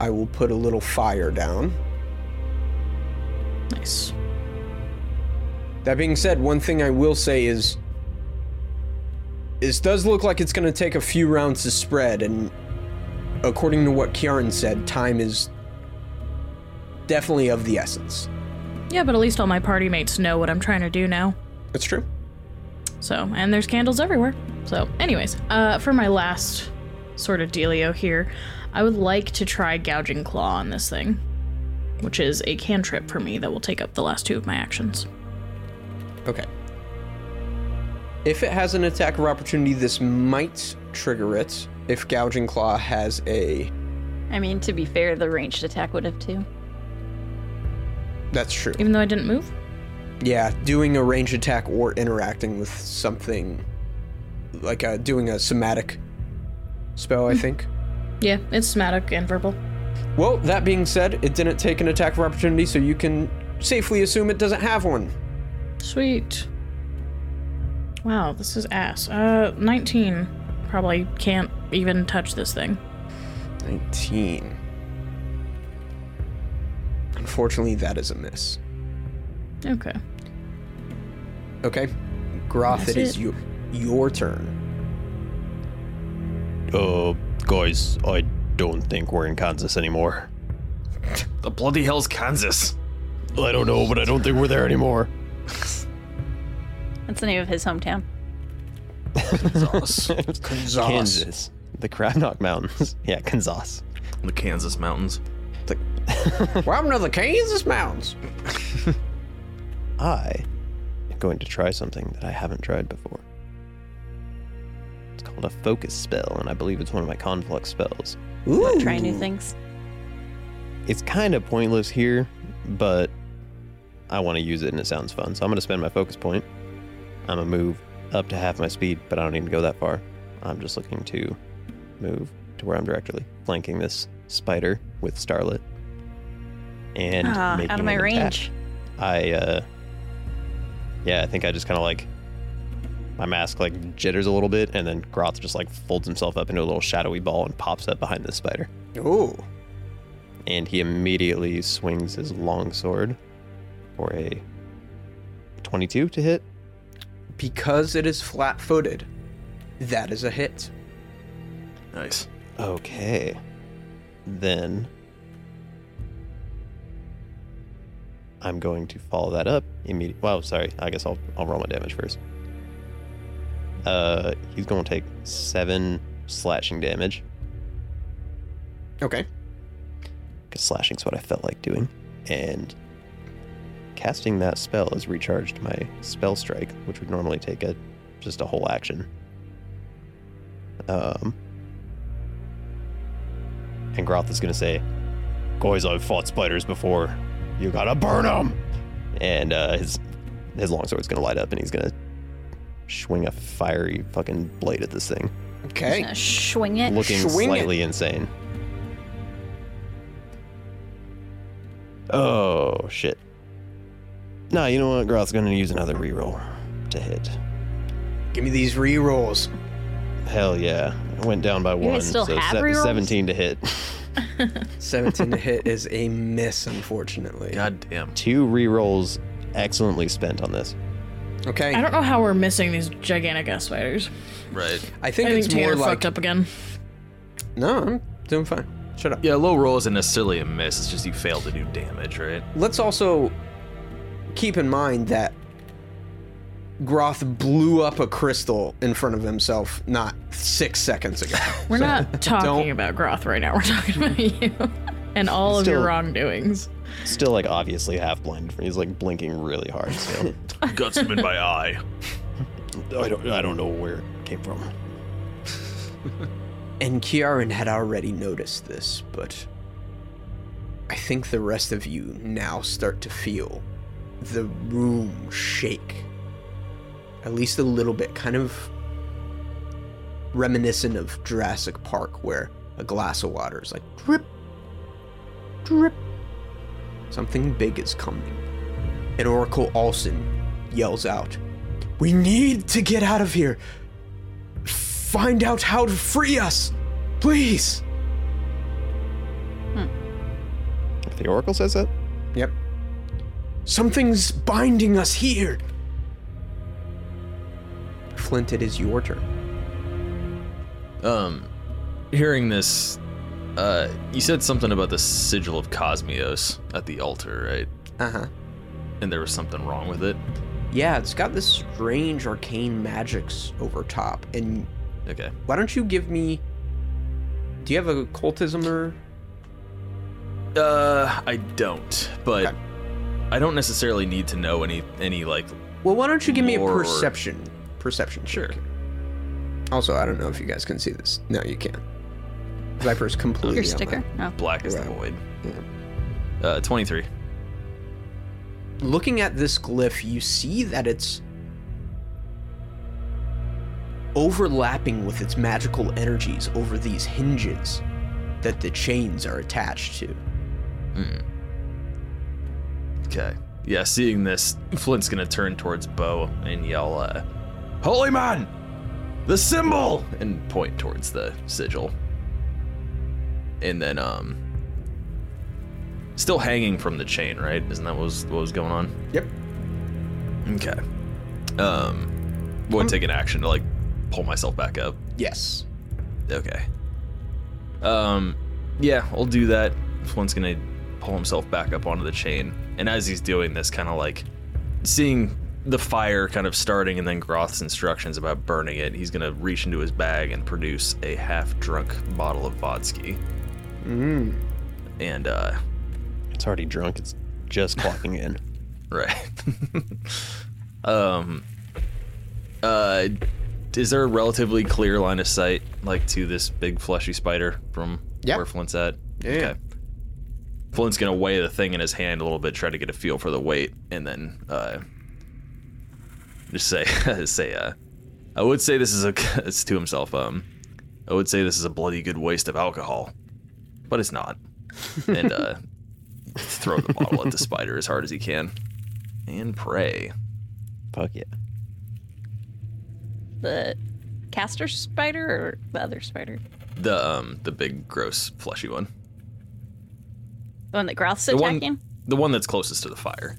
[SPEAKER 6] I will put a little fire down.
[SPEAKER 2] Nice.
[SPEAKER 6] That being said, one thing I will say is this does look like it's going to take a few rounds to spread, and according to what Kiaran said, time is definitely of the essence.
[SPEAKER 2] Yeah, but at least all my party mates know what I'm trying to do now.
[SPEAKER 6] That's true.
[SPEAKER 2] So, and there's candles everywhere. So, anyways, uh, for my last sort of dealio here, I would like to try gouging claw on this thing, which is a cantrip for me that will take up the last two of my actions.
[SPEAKER 6] Okay. If it has an attack of opportunity, this might trigger it. If Gouging Claw has a.
[SPEAKER 3] I mean, to be fair, the ranged attack would have too.
[SPEAKER 6] That's true.
[SPEAKER 2] Even though I didn't move,
[SPEAKER 6] Yeah, doing a range attack or interacting with something. Like uh, doing a somatic spell, I think.
[SPEAKER 2] yeah, it's somatic and verbal.
[SPEAKER 6] Well, that being said, it didn't take an attack of opportunity, so you can safely assume it doesn't have one.
[SPEAKER 2] Sweet. Wow, this is ass. Uh, 19. Probably can't even touch this thing.
[SPEAKER 6] 19. Unfortunately, that is a miss.
[SPEAKER 2] Okay.
[SPEAKER 6] Okay. Groth,
[SPEAKER 2] That's
[SPEAKER 6] it is
[SPEAKER 2] it.
[SPEAKER 6] you, your turn.
[SPEAKER 7] Uh, guys, I don't think we're in Kansas anymore.
[SPEAKER 1] The bloody hell's Kansas.
[SPEAKER 7] I don't know, but I don't think we're there anymore.
[SPEAKER 3] That's the name of his hometown.
[SPEAKER 1] Kansas.
[SPEAKER 7] Kansas. The Crabnock Mountains. Yeah, Kansas.
[SPEAKER 1] the Kansas mountains.
[SPEAKER 6] Welcome to the Kansas Mountains.
[SPEAKER 7] I am going to try something that I haven't tried before. It's called a focus spell, and I believe it's one of my conflux spells.
[SPEAKER 3] What, try new things?
[SPEAKER 7] It's kind of pointless here, but I want to use it and it sounds fun. So I'm going to spend my focus point. I'm going to move up to half my speed, but I don't even go that far. I'm just looking to move to where I'm directly flanking this spider with Starlit. And
[SPEAKER 3] Ah, out
[SPEAKER 7] making
[SPEAKER 3] of my
[SPEAKER 7] an attack.
[SPEAKER 3] range.
[SPEAKER 7] I uh yeah, I think I just kind of like my mask like jitters a little bit and then Groth just like folds himself up into a little shadowy ball and pops up behind the spider.
[SPEAKER 6] Ooh.
[SPEAKER 7] And he immediately swings his long sword for a 22 to hit.
[SPEAKER 6] Because it is flat footed, that is a hit.
[SPEAKER 1] Nice.
[SPEAKER 7] Okay. Then I'm going to follow that up immediately. Well, sorry. I guess I'll, I'll roll my damage first. Uh, he's going to take seven slashing damage
[SPEAKER 6] Okay.
[SPEAKER 7] because slashing's what I felt like doing. And casting that spell has recharged my spell strike, which would normally take a just a whole action. Um, and Groth is gonna say, "Guys, I've fought spiders before. You gotta burn them." And uh, his his longsword's gonna light up, and he's gonna swing a fiery fucking blade at this thing,
[SPEAKER 6] Okay.
[SPEAKER 3] Uh,
[SPEAKER 5] Gonna swing it.
[SPEAKER 7] looking
[SPEAKER 6] swing it.
[SPEAKER 7] slightly insane. Oh shit! Nah, you know what? Groth's gonna use another reroll to hit.
[SPEAKER 6] Give me these re rolls.
[SPEAKER 7] Hell yeah! I went down by
[SPEAKER 3] guys
[SPEAKER 7] one,
[SPEAKER 3] still
[SPEAKER 7] so
[SPEAKER 3] have rerolls?
[SPEAKER 7] seventeen to hit.
[SPEAKER 6] 17 to hit is a miss, unfortunately.
[SPEAKER 1] God damn.
[SPEAKER 7] Two rerolls excellently spent on this.
[SPEAKER 6] Okay.
[SPEAKER 2] I don't know how we're missing these gigantic ass spiders.
[SPEAKER 1] Right.
[SPEAKER 6] I
[SPEAKER 2] I
[SPEAKER 6] think
[SPEAKER 2] think
[SPEAKER 6] it's more
[SPEAKER 2] Tanner
[SPEAKER 6] like.
[SPEAKER 2] fucked up again.
[SPEAKER 6] No, I'm doing fine. Shut up.
[SPEAKER 1] Yeah, low roll isn't necessarily a miss. It's just you fail to do damage, right?
[SPEAKER 6] Let's also keep in mind that Groth blew up a crystal in front of himself not six seconds ago.
[SPEAKER 2] We're not
[SPEAKER 6] don't-
[SPEAKER 2] talking about Groth right now. We're talking about you and all of your
[SPEAKER 7] Still-
[SPEAKER 2] wrongdoings.
[SPEAKER 7] Still, like obviously half blind. He's like blinking really hard. So
[SPEAKER 1] Got some in my eye.
[SPEAKER 7] I don't, I don't know where it came from.
[SPEAKER 6] And Kiaran had already noticed this, but I think the rest of you now start to feel the room shake. At least a little bit, kind of reminiscent of Jurassic Park, where a glass of water is like drip, drip. Something big is coming. And Oracle Olsen yells out, We need to get out of here! find out how to free us, please.
[SPEAKER 7] If the oracle says that,
[SPEAKER 6] Yep. Something's binding us here. Flint, it is your turn.
[SPEAKER 1] Um, hearing this, uh, you said something about the sigil of Cosmios at the altar, right?
[SPEAKER 6] Uh huh.
[SPEAKER 1] And there was something wrong with it.
[SPEAKER 6] Yeah, it's got this strange arcane magics over top. And
[SPEAKER 1] Okay.
[SPEAKER 6] why don't you give me? Do you have a cultism or?
[SPEAKER 1] Uh, I don't, but
[SPEAKER 6] Okay.
[SPEAKER 1] I don't necessarily need to know any any like.
[SPEAKER 6] Well, why don't you give me a
[SPEAKER 1] Lore or-
[SPEAKER 6] perception? Perception. check.
[SPEAKER 1] Sure.
[SPEAKER 6] Also, I don't know if you guys can see this. No, you can't. Viper's completely.
[SPEAKER 3] Your
[SPEAKER 6] on that.
[SPEAKER 3] sticker? Oh, No.
[SPEAKER 1] Black is the
[SPEAKER 6] Right.
[SPEAKER 1] void. Uh, twenty three.
[SPEAKER 6] looking at this glyph, you see that it's overlapping with its magical energies over these hinges that the chains are attached to.
[SPEAKER 1] Okay. Yeah, seeing this, Flint's gonna turn towards Bo and yell, uh, "Holy man, the symbol!" and point towards the sigil. And then, um, still hanging from the chain, right? Isn't that what was what was going on?
[SPEAKER 6] Yep.
[SPEAKER 1] Okay. Um, would take an action to like pull myself back up.
[SPEAKER 6] Yes.
[SPEAKER 1] Okay. Um, yeah, I'll do that. Flynn's gonna pull himself back up onto the chain, and as he's doing this, kind of like seeing the fire kind of starting, and then Groth's instructions about burning it, he's gonna reach into his bag and produce a half-drunk bottle of vodka,
[SPEAKER 6] Mm.
[SPEAKER 1] and uh,
[SPEAKER 7] It's already drunk. It's just clocking in.
[SPEAKER 1] right. um, uh, is there a relatively clear line of sight, like to this big fleshy spider from
[SPEAKER 6] Yep.
[SPEAKER 1] where Flint's at?
[SPEAKER 6] Yeah.
[SPEAKER 1] Okay. Flint's gonna weigh the thing in his hand a little bit, try to get a feel for the weight, and then uh, just say say uh, I would say this is a it's to himself. Um, I would say this is a bloody good waste of alcohol, but it's not. And uh, throw the bottle at the spider as hard as he can, and pray.
[SPEAKER 7] Fuck yeah.
[SPEAKER 3] The caster spider or the other spider?
[SPEAKER 1] The um the big gross fleshy one,
[SPEAKER 3] The one that Groth's
[SPEAKER 1] the
[SPEAKER 3] attacking?
[SPEAKER 1] one the one that's closest to the fire.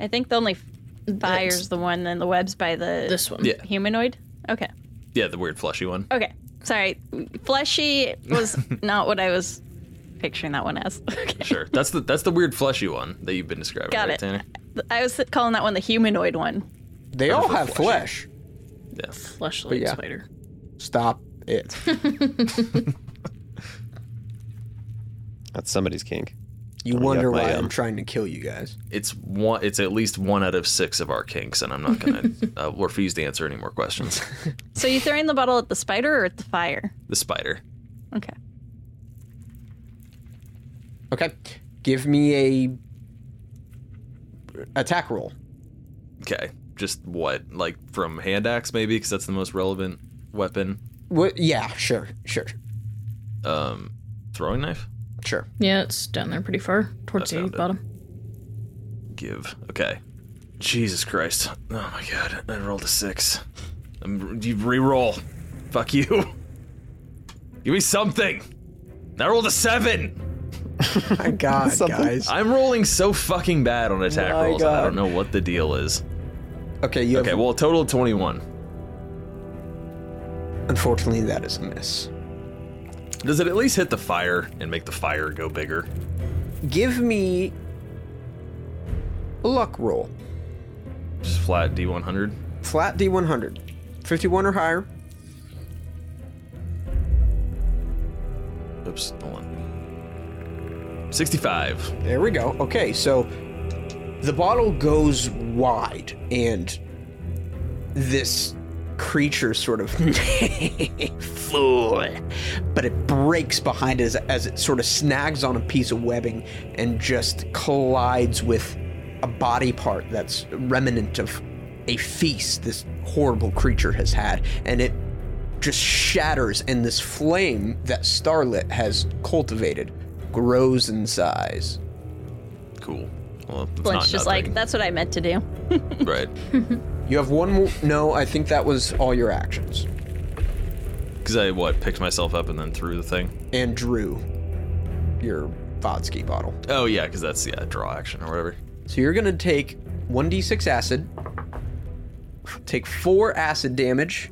[SPEAKER 3] I think the only fire's the one, then the web's by the
[SPEAKER 2] This one.
[SPEAKER 1] Yeah,
[SPEAKER 3] humanoid. Okay.
[SPEAKER 1] yeah, the weird fleshy one.
[SPEAKER 3] Okay. Sorry. Fleshy was not what I was picturing that one as. Okay.
[SPEAKER 1] Sure, that's the that's the weird fleshy one that you've been describing.
[SPEAKER 3] Got
[SPEAKER 1] right,
[SPEAKER 3] it.
[SPEAKER 1] Tanner?
[SPEAKER 3] I was calling that one the humanoid one.
[SPEAKER 6] They all have flesh.
[SPEAKER 1] Yeah.
[SPEAKER 2] Fleshlight
[SPEAKER 6] yeah.
[SPEAKER 2] spider.
[SPEAKER 6] Stop it.
[SPEAKER 7] That's somebody's kink.
[SPEAKER 6] You
[SPEAKER 7] Oh,
[SPEAKER 6] wonder
[SPEAKER 7] yuck, my,
[SPEAKER 6] why
[SPEAKER 7] um,
[SPEAKER 6] I'm trying to kill you guys.
[SPEAKER 1] It's one. It's at least one out of six of our kinks, and I'm not gonna uh, refuse to answer any more questions.
[SPEAKER 3] So you throwing the bottle at the spider or at the fire?
[SPEAKER 1] the spider.
[SPEAKER 3] Okay.
[SPEAKER 6] Okay. Give me a attack roll.
[SPEAKER 1] Okay, just what like from hand axe maybe because that's the most relevant weapon.
[SPEAKER 6] What yeah, sure, sure,
[SPEAKER 1] Um, throwing knife.
[SPEAKER 6] sure.
[SPEAKER 2] Yeah, it's down there pretty far towards
[SPEAKER 1] I
[SPEAKER 2] the
[SPEAKER 1] found it.
[SPEAKER 2] bottom.
[SPEAKER 1] Give. Okay. Jesus Christ. Oh my God. I rolled a six. I'm, you re-roll. Fuck you. Give me something. I rolled a seven.
[SPEAKER 6] My god, guys.
[SPEAKER 1] I'm rolling so fucking bad on attack
[SPEAKER 6] My
[SPEAKER 1] rolls. I
[SPEAKER 6] God.
[SPEAKER 1] don't know what the deal is.
[SPEAKER 6] Okay, you have
[SPEAKER 1] Okay, well, total of twenty-one.
[SPEAKER 6] unfortunately that is a miss.
[SPEAKER 1] Does it at least hit the fire and make the fire go bigger?
[SPEAKER 6] Give me a luck roll.
[SPEAKER 1] Just flat D100.
[SPEAKER 6] Flat D100. 51 or higher.
[SPEAKER 1] Oops, hold on. 65.
[SPEAKER 6] There we go. Okay, so the bottle goes wide, and this creature sort of fool, but it breaks behind it as, as it sort of snags on a piece of webbing and just collides with a body part that's remnant of a feast this horrible creature has had, and it just shatters, and this flame that Starlit has cultivated grows in size.
[SPEAKER 1] Cool. Well, it's
[SPEAKER 3] Lynch's
[SPEAKER 1] not
[SPEAKER 3] just
[SPEAKER 1] nothing.
[SPEAKER 3] like, that's what I meant to do.
[SPEAKER 1] Right.
[SPEAKER 6] You have one more. No, I think that was all your actions.
[SPEAKER 1] Because I, what, picked myself up and then threw the thing?
[SPEAKER 6] And Drew, your Vodsky bottle.
[SPEAKER 1] Oh, yeah, because that's, yeah, draw action or whatever.
[SPEAKER 6] So you're going to take 1d6 acid, take 4 acid damage,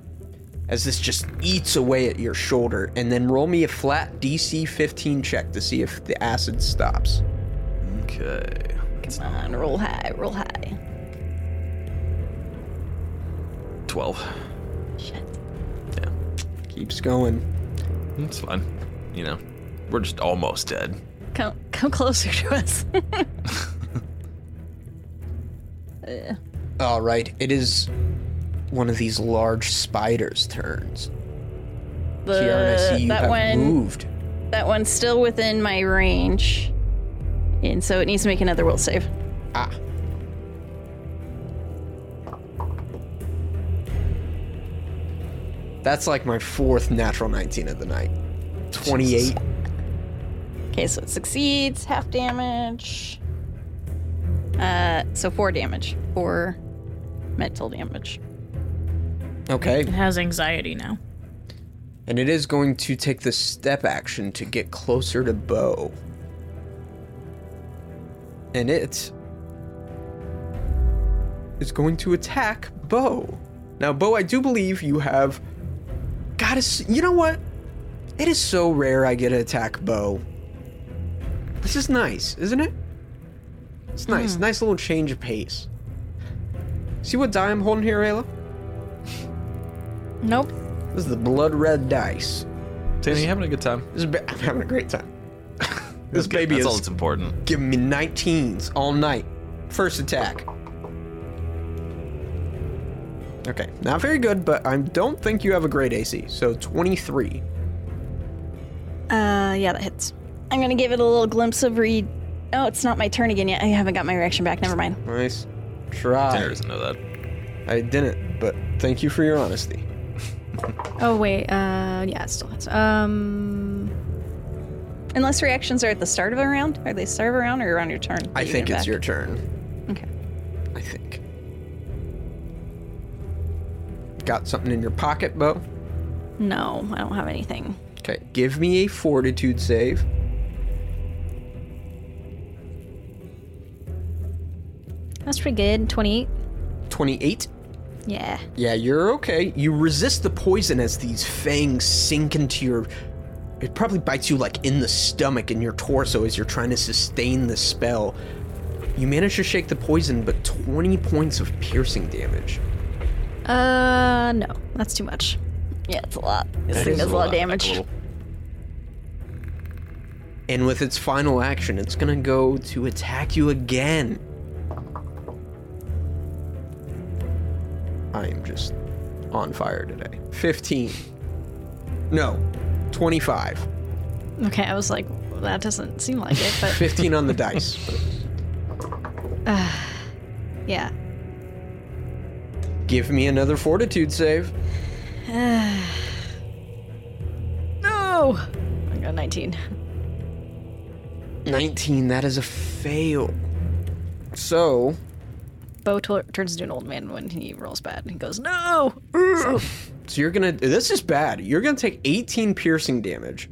[SPEAKER 6] as this just eats away at your shoulder, and then roll me a flat DC 15 check to see if the acid stops.
[SPEAKER 1] Okay.
[SPEAKER 3] Come on, roll high, roll high.
[SPEAKER 1] 12.
[SPEAKER 3] Shit.
[SPEAKER 6] Keeps going.
[SPEAKER 1] It's fine. You know, we're just almost dead.
[SPEAKER 3] Come, come closer to us.
[SPEAKER 6] All right, it is one of these large spiders' turns. Kiana, I
[SPEAKER 3] The-
[SPEAKER 6] see you
[SPEAKER 3] Uh, that
[SPEAKER 6] have
[SPEAKER 3] one,
[SPEAKER 6] moved.
[SPEAKER 3] that one's still within my range, and so it needs to make another will save.
[SPEAKER 6] Ah, that's like my fourth natural 19 of the night. 28.
[SPEAKER 3] Okay, so it succeeds, half damage. Uh, so four damage, four mental damage.
[SPEAKER 6] Okay,
[SPEAKER 2] It has anxiety now.
[SPEAKER 6] and it is going to take the step action to get closer to Bo. And it is going to attack Bo. Now, Bo, I do believe you have. Gotta. s- You know what? It is so rare I get to attack Bo. This is nice, isn't it? It's nice. Nice little change of pace. See what die I'm holding here, Ayla?
[SPEAKER 5] Nope.
[SPEAKER 6] This is the blood red dice.
[SPEAKER 1] Tanny, you having a good time?
[SPEAKER 6] This ba- I'm having a great time. this baby
[SPEAKER 1] That's all
[SPEAKER 6] is
[SPEAKER 1] that's important.
[SPEAKER 6] giving me 19s all night. First attack. Okay, not very good, but I don't think you have a great AC. So 23.
[SPEAKER 3] Uh, yeah, that hits. I'm gonna give it a little glimpse of read. Oh, it's not my turn again yet. I haven't got my reaction back. Never mind.
[SPEAKER 6] Nice.
[SPEAKER 1] Tanner
[SPEAKER 6] Try.
[SPEAKER 1] doesn't know that.
[SPEAKER 6] I didn't, but thank you for your honesty.
[SPEAKER 5] Oh wait, uh, yeah, it still hits. Um,
[SPEAKER 3] Unless reactions are at the start of a round. Are they start of a round or around your turn?
[SPEAKER 6] I
[SPEAKER 3] Or you
[SPEAKER 6] think
[SPEAKER 3] get
[SPEAKER 6] it's
[SPEAKER 3] back?
[SPEAKER 6] your turn.
[SPEAKER 3] Okay.
[SPEAKER 6] I think. Got something in your pocket, Bo?
[SPEAKER 3] No, I don't have anything.
[SPEAKER 6] Okay, give me a fortitude save.
[SPEAKER 5] that's pretty good. Twenty-eight.
[SPEAKER 6] 28.
[SPEAKER 5] Yeah.
[SPEAKER 6] Yeah, you're okay. You resist the poison as these fangs sink into your. It probably bites you like in the stomach and your torso as you're trying to sustain the spell. You manage to shake the poison, but 20 points of piercing damage.
[SPEAKER 5] Uh, no, that's too much.
[SPEAKER 3] Yeah, it's a lot. This
[SPEAKER 1] That
[SPEAKER 3] thing
[SPEAKER 1] is
[SPEAKER 3] does
[SPEAKER 1] a
[SPEAKER 3] a lot
[SPEAKER 1] lot.
[SPEAKER 3] of damage.
[SPEAKER 6] And with its final action, it's gonna go to attack you again. I am just on fire today. 15. No, 25.
[SPEAKER 5] Okay, I was like, that doesn't seem like it, but
[SPEAKER 6] 15 on the dice.
[SPEAKER 5] yeah.
[SPEAKER 6] Give me another fortitude save.
[SPEAKER 5] No. I got nineteen.
[SPEAKER 6] 19, that is a fail. So,
[SPEAKER 5] Bo t- turns into an old man when he rolls bad. He goes, no.
[SPEAKER 6] so you're gonna. This is bad. You're gonna take 18 piercing damage.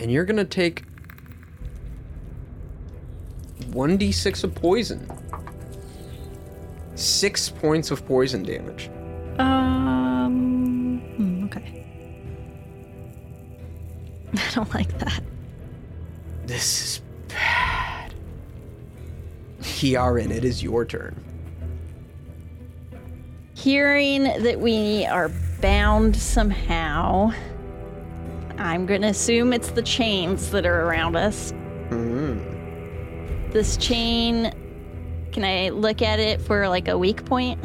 [SPEAKER 6] And you're gonna take 1d6 of poison. Six points of poison damage.
[SPEAKER 5] Um. hmm, Okay. I don't like that.
[SPEAKER 6] This is bad. Kiaran, it is your turn.
[SPEAKER 3] Hearing that we are bound somehow, I'm going to assume it's the chains that are around us. This chain, can I look at it for like a weak point?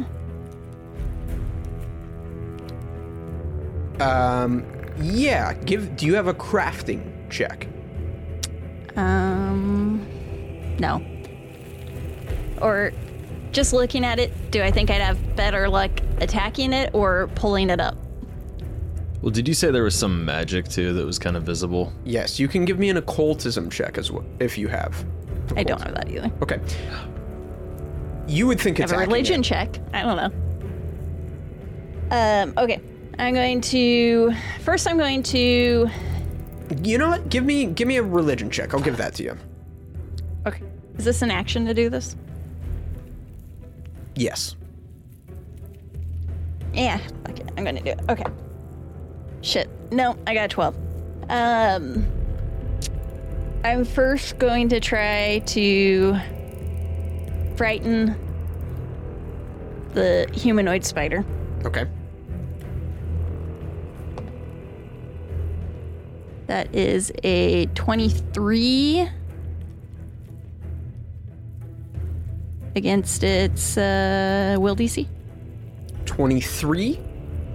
[SPEAKER 6] Um, yeah. Give. Do you have a crafting check?
[SPEAKER 3] Um, no. Or just looking at it, do I think I'd have better luck attacking it or pulling it up?
[SPEAKER 1] Well, did you say there was some magic too that was kind of visible?
[SPEAKER 6] Yes, you can give me an occultism check as well if you have.
[SPEAKER 3] I don't have that either.
[SPEAKER 6] Okay. You would think
[SPEAKER 3] I have a
[SPEAKER 6] it's
[SPEAKER 3] religion check. I don't know. Um, okay. I'm going to first I'm going to
[SPEAKER 6] You know what? Give me give me a religion check. I'll give that to you.
[SPEAKER 3] Okay. Is this an action to do this?
[SPEAKER 6] Yes.
[SPEAKER 3] Yeah, fuck it. I'm gonna do it. Okay. Shit. No, I got a 12. Um, I'm first going to try to frighten the humanoid spider.
[SPEAKER 6] Okay.
[SPEAKER 3] That is a 23 against its uh, will DC.
[SPEAKER 6] 23.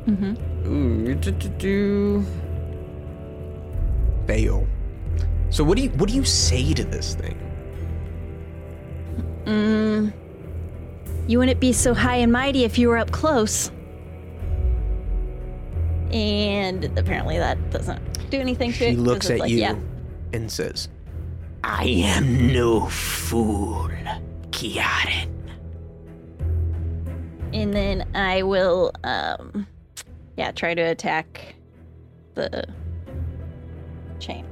[SPEAKER 6] Mm-hmm. Ooh, do, do, do. Fail. So what do you what do you say to this thing?
[SPEAKER 3] Mm. You wouldn't be so high and mighty if you were up close. And apparently that doesn't do anything to it.
[SPEAKER 6] She
[SPEAKER 3] 'cause
[SPEAKER 6] looks
[SPEAKER 3] it's
[SPEAKER 6] at
[SPEAKER 3] like,
[SPEAKER 6] you
[SPEAKER 3] Yeah.
[SPEAKER 6] and says,
[SPEAKER 4] I am no fool, Kiaren.
[SPEAKER 3] And then I will, um, yeah, try to attack the chain.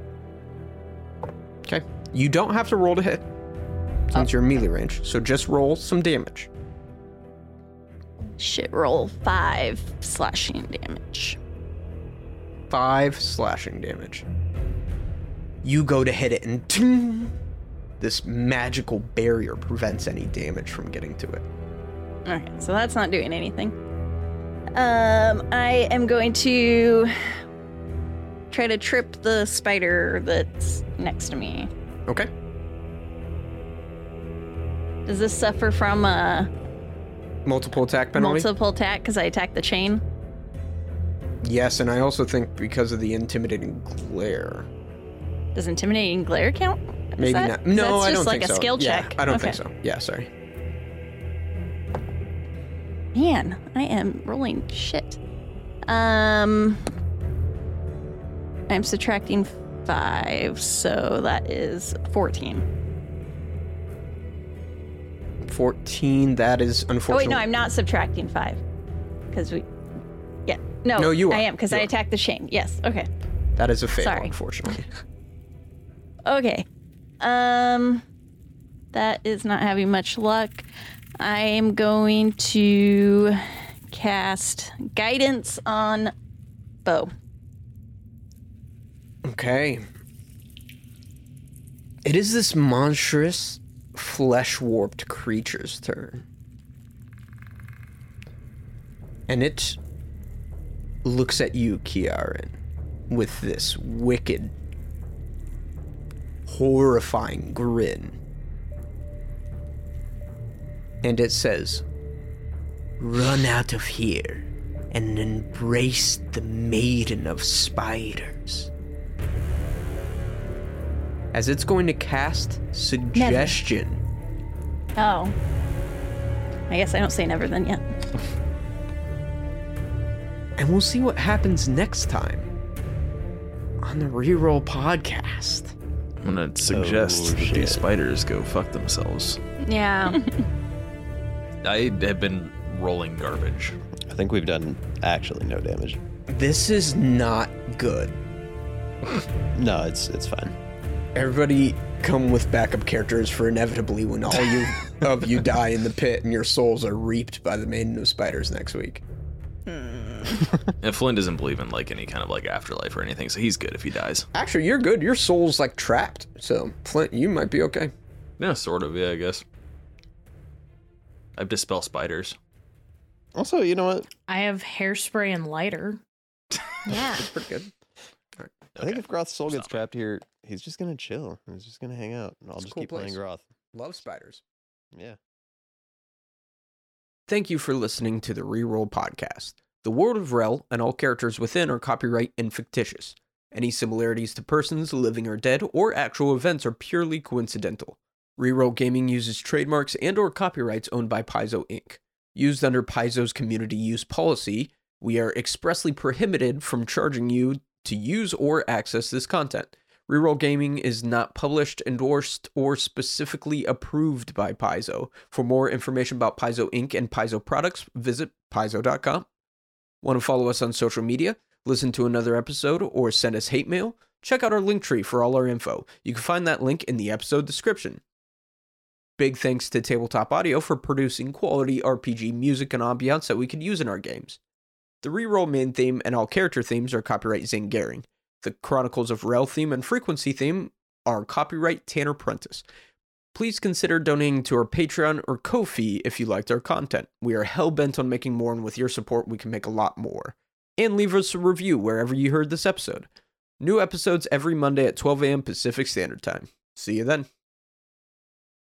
[SPEAKER 6] "Okay, you don't have to roll to hit
[SPEAKER 3] Oh.
[SPEAKER 6] since you're melee range. So just roll some damage."
[SPEAKER 3] Shit roll five slashing damage.
[SPEAKER 6] five slashing damage. You go to hit it, and ting, this magical barrier prevents any damage from getting to it.
[SPEAKER 3] Okay, so that's not doing anything. Um, I am going to try to trip the spider that's next to me.
[SPEAKER 6] Okay.
[SPEAKER 3] Does this suffer from a
[SPEAKER 6] Multiple attack penalty.
[SPEAKER 3] multiple attack because I attacked the chain?
[SPEAKER 6] yes, and I also think because of the intimidating glare,
[SPEAKER 3] Does intimidating glare count? Is
[SPEAKER 6] maybe
[SPEAKER 3] that-
[SPEAKER 6] not. No,
[SPEAKER 3] that's
[SPEAKER 6] I don't
[SPEAKER 3] just like
[SPEAKER 6] think
[SPEAKER 3] a
[SPEAKER 6] so.
[SPEAKER 3] skill
[SPEAKER 6] Yeah,
[SPEAKER 3] check.
[SPEAKER 6] I don't
[SPEAKER 3] okay.
[SPEAKER 6] think so. Yeah, sorry.
[SPEAKER 3] Man, I am rolling shit. Um, I'm subtracting five, so that is fourteen.
[SPEAKER 6] Fourteen. That is
[SPEAKER 3] Oh
[SPEAKER 6] unfortunate.
[SPEAKER 3] wait, no, I'm not subtracting five because we. Yeah, no,
[SPEAKER 6] No, you are.
[SPEAKER 3] I am because
[SPEAKER 6] You
[SPEAKER 3] I
[SPEAKER 6] are.
[SPEAKER 3] attacked the chain. Yes. Okay.
[SPEAKER 6] That is a fail,
[SPEAKER 3] Sorry.
[SPEAKER 6] unfortunately.
[SPEAKER 3] Okay. Um, that is not having much luck. I am going to cast guidance on bow.
[SPEAKER 6] Okay. It is this monstrous, flesh warped creature's turn. And it looks at you, Kiaren, with this wicked, horrifying grin. And it says, Run out of here and embrace the Maiden of Spiders as it's going to cast suggestion.
[SPEAKER 3] Oh. I guess I don't say never then yet.
[SPEAKER 6] And we'll see what happens next time on the Reroll podcast.
[SPEAKER 1] I'm gonna suggest that
[SPEAKER 7] shit.
[SPEAKER 1] these spiders go fuck themselves.
[SPEAKER 5] Yeah.
[SPEAKER 1] I have been rolling garbage.
[SPEAKER 7] I think we've done actually no damage.
[SPEAKER 6] This is not good.
[SPEAKER 7] No, it's it's fine.
[SPEAKER 6] Everybody come with backup characters for inevitably when all you of you die in the pit and your souls are reaped by the maiden of spiders next week.
[SPEAKER 1] And Flynn doesn't believe in like any kind of like afterlife or anything, so he's good if he dies.
[SPEAKER 6] Actually, you're good. Your soul's like trapped. So, Flint, you might be okay.
[SPEAKER 1] Yeah, sort of. Yeah, I guess. I've dispelled spiders.
[SPEAKER 7] Also, you know what?
[SPEAKER 2] I have hairspray and lighter.
[SPEAKER 5] yeah.
[SPEAKER 6] Pretty good.
[SPEAKER 7] I think if Groth's soul gets trapped here, he's just gonna chill. He's just gonna hang out, and I'll
[SPEAKER 6] It's a
[SPEAKER 7] just
[SPEAKER 6] cool
[SPEAKER 7] keep playing
[SPEAKER 6] place.
[SPEAKER 7] Groth.
[SPEAKER 6] Love spiders.
[SPEAKER 7] Yeah.
[SPEAKER 6] Thank you for listening to the Reroll Podcast. The world of Rel and all characters within are copyright and fictitious. Any similarities to persons, living or dead, or actual events are purely coincidental. Reroll Gaming uses trademarks and or copyrights owned by Paizo Inc. Used under Paizo's community use policy, we are expressly prohibited from charging you to use or access this content. Reroll Gaming is not published, endorsed, or specifically approved by Paizo. For more information about Paizo Inc. and Paizo products, visit paizo.com. Want to follow us on social media, listen to another episode, or send us hate mail? Check out our link tree for all our info. You can find that link in the episode description. Big thanks to Tabletop Audio for producing quality RPG music and ambiance that we could use in our games. The reroll main theme and all character themes are copyright Zangaring. The Chronicles of Rel theme and frequency theme are copyright Tanner Prentice. Please consider donating to our Patreon or Ko-fi if you liked our content. We are hell-bent on making more and with your support we can make a lot more. And leave us a review wherever you heard this episode. New episodes every Monday at 12 a.m. Pacific Standard Time. See you then.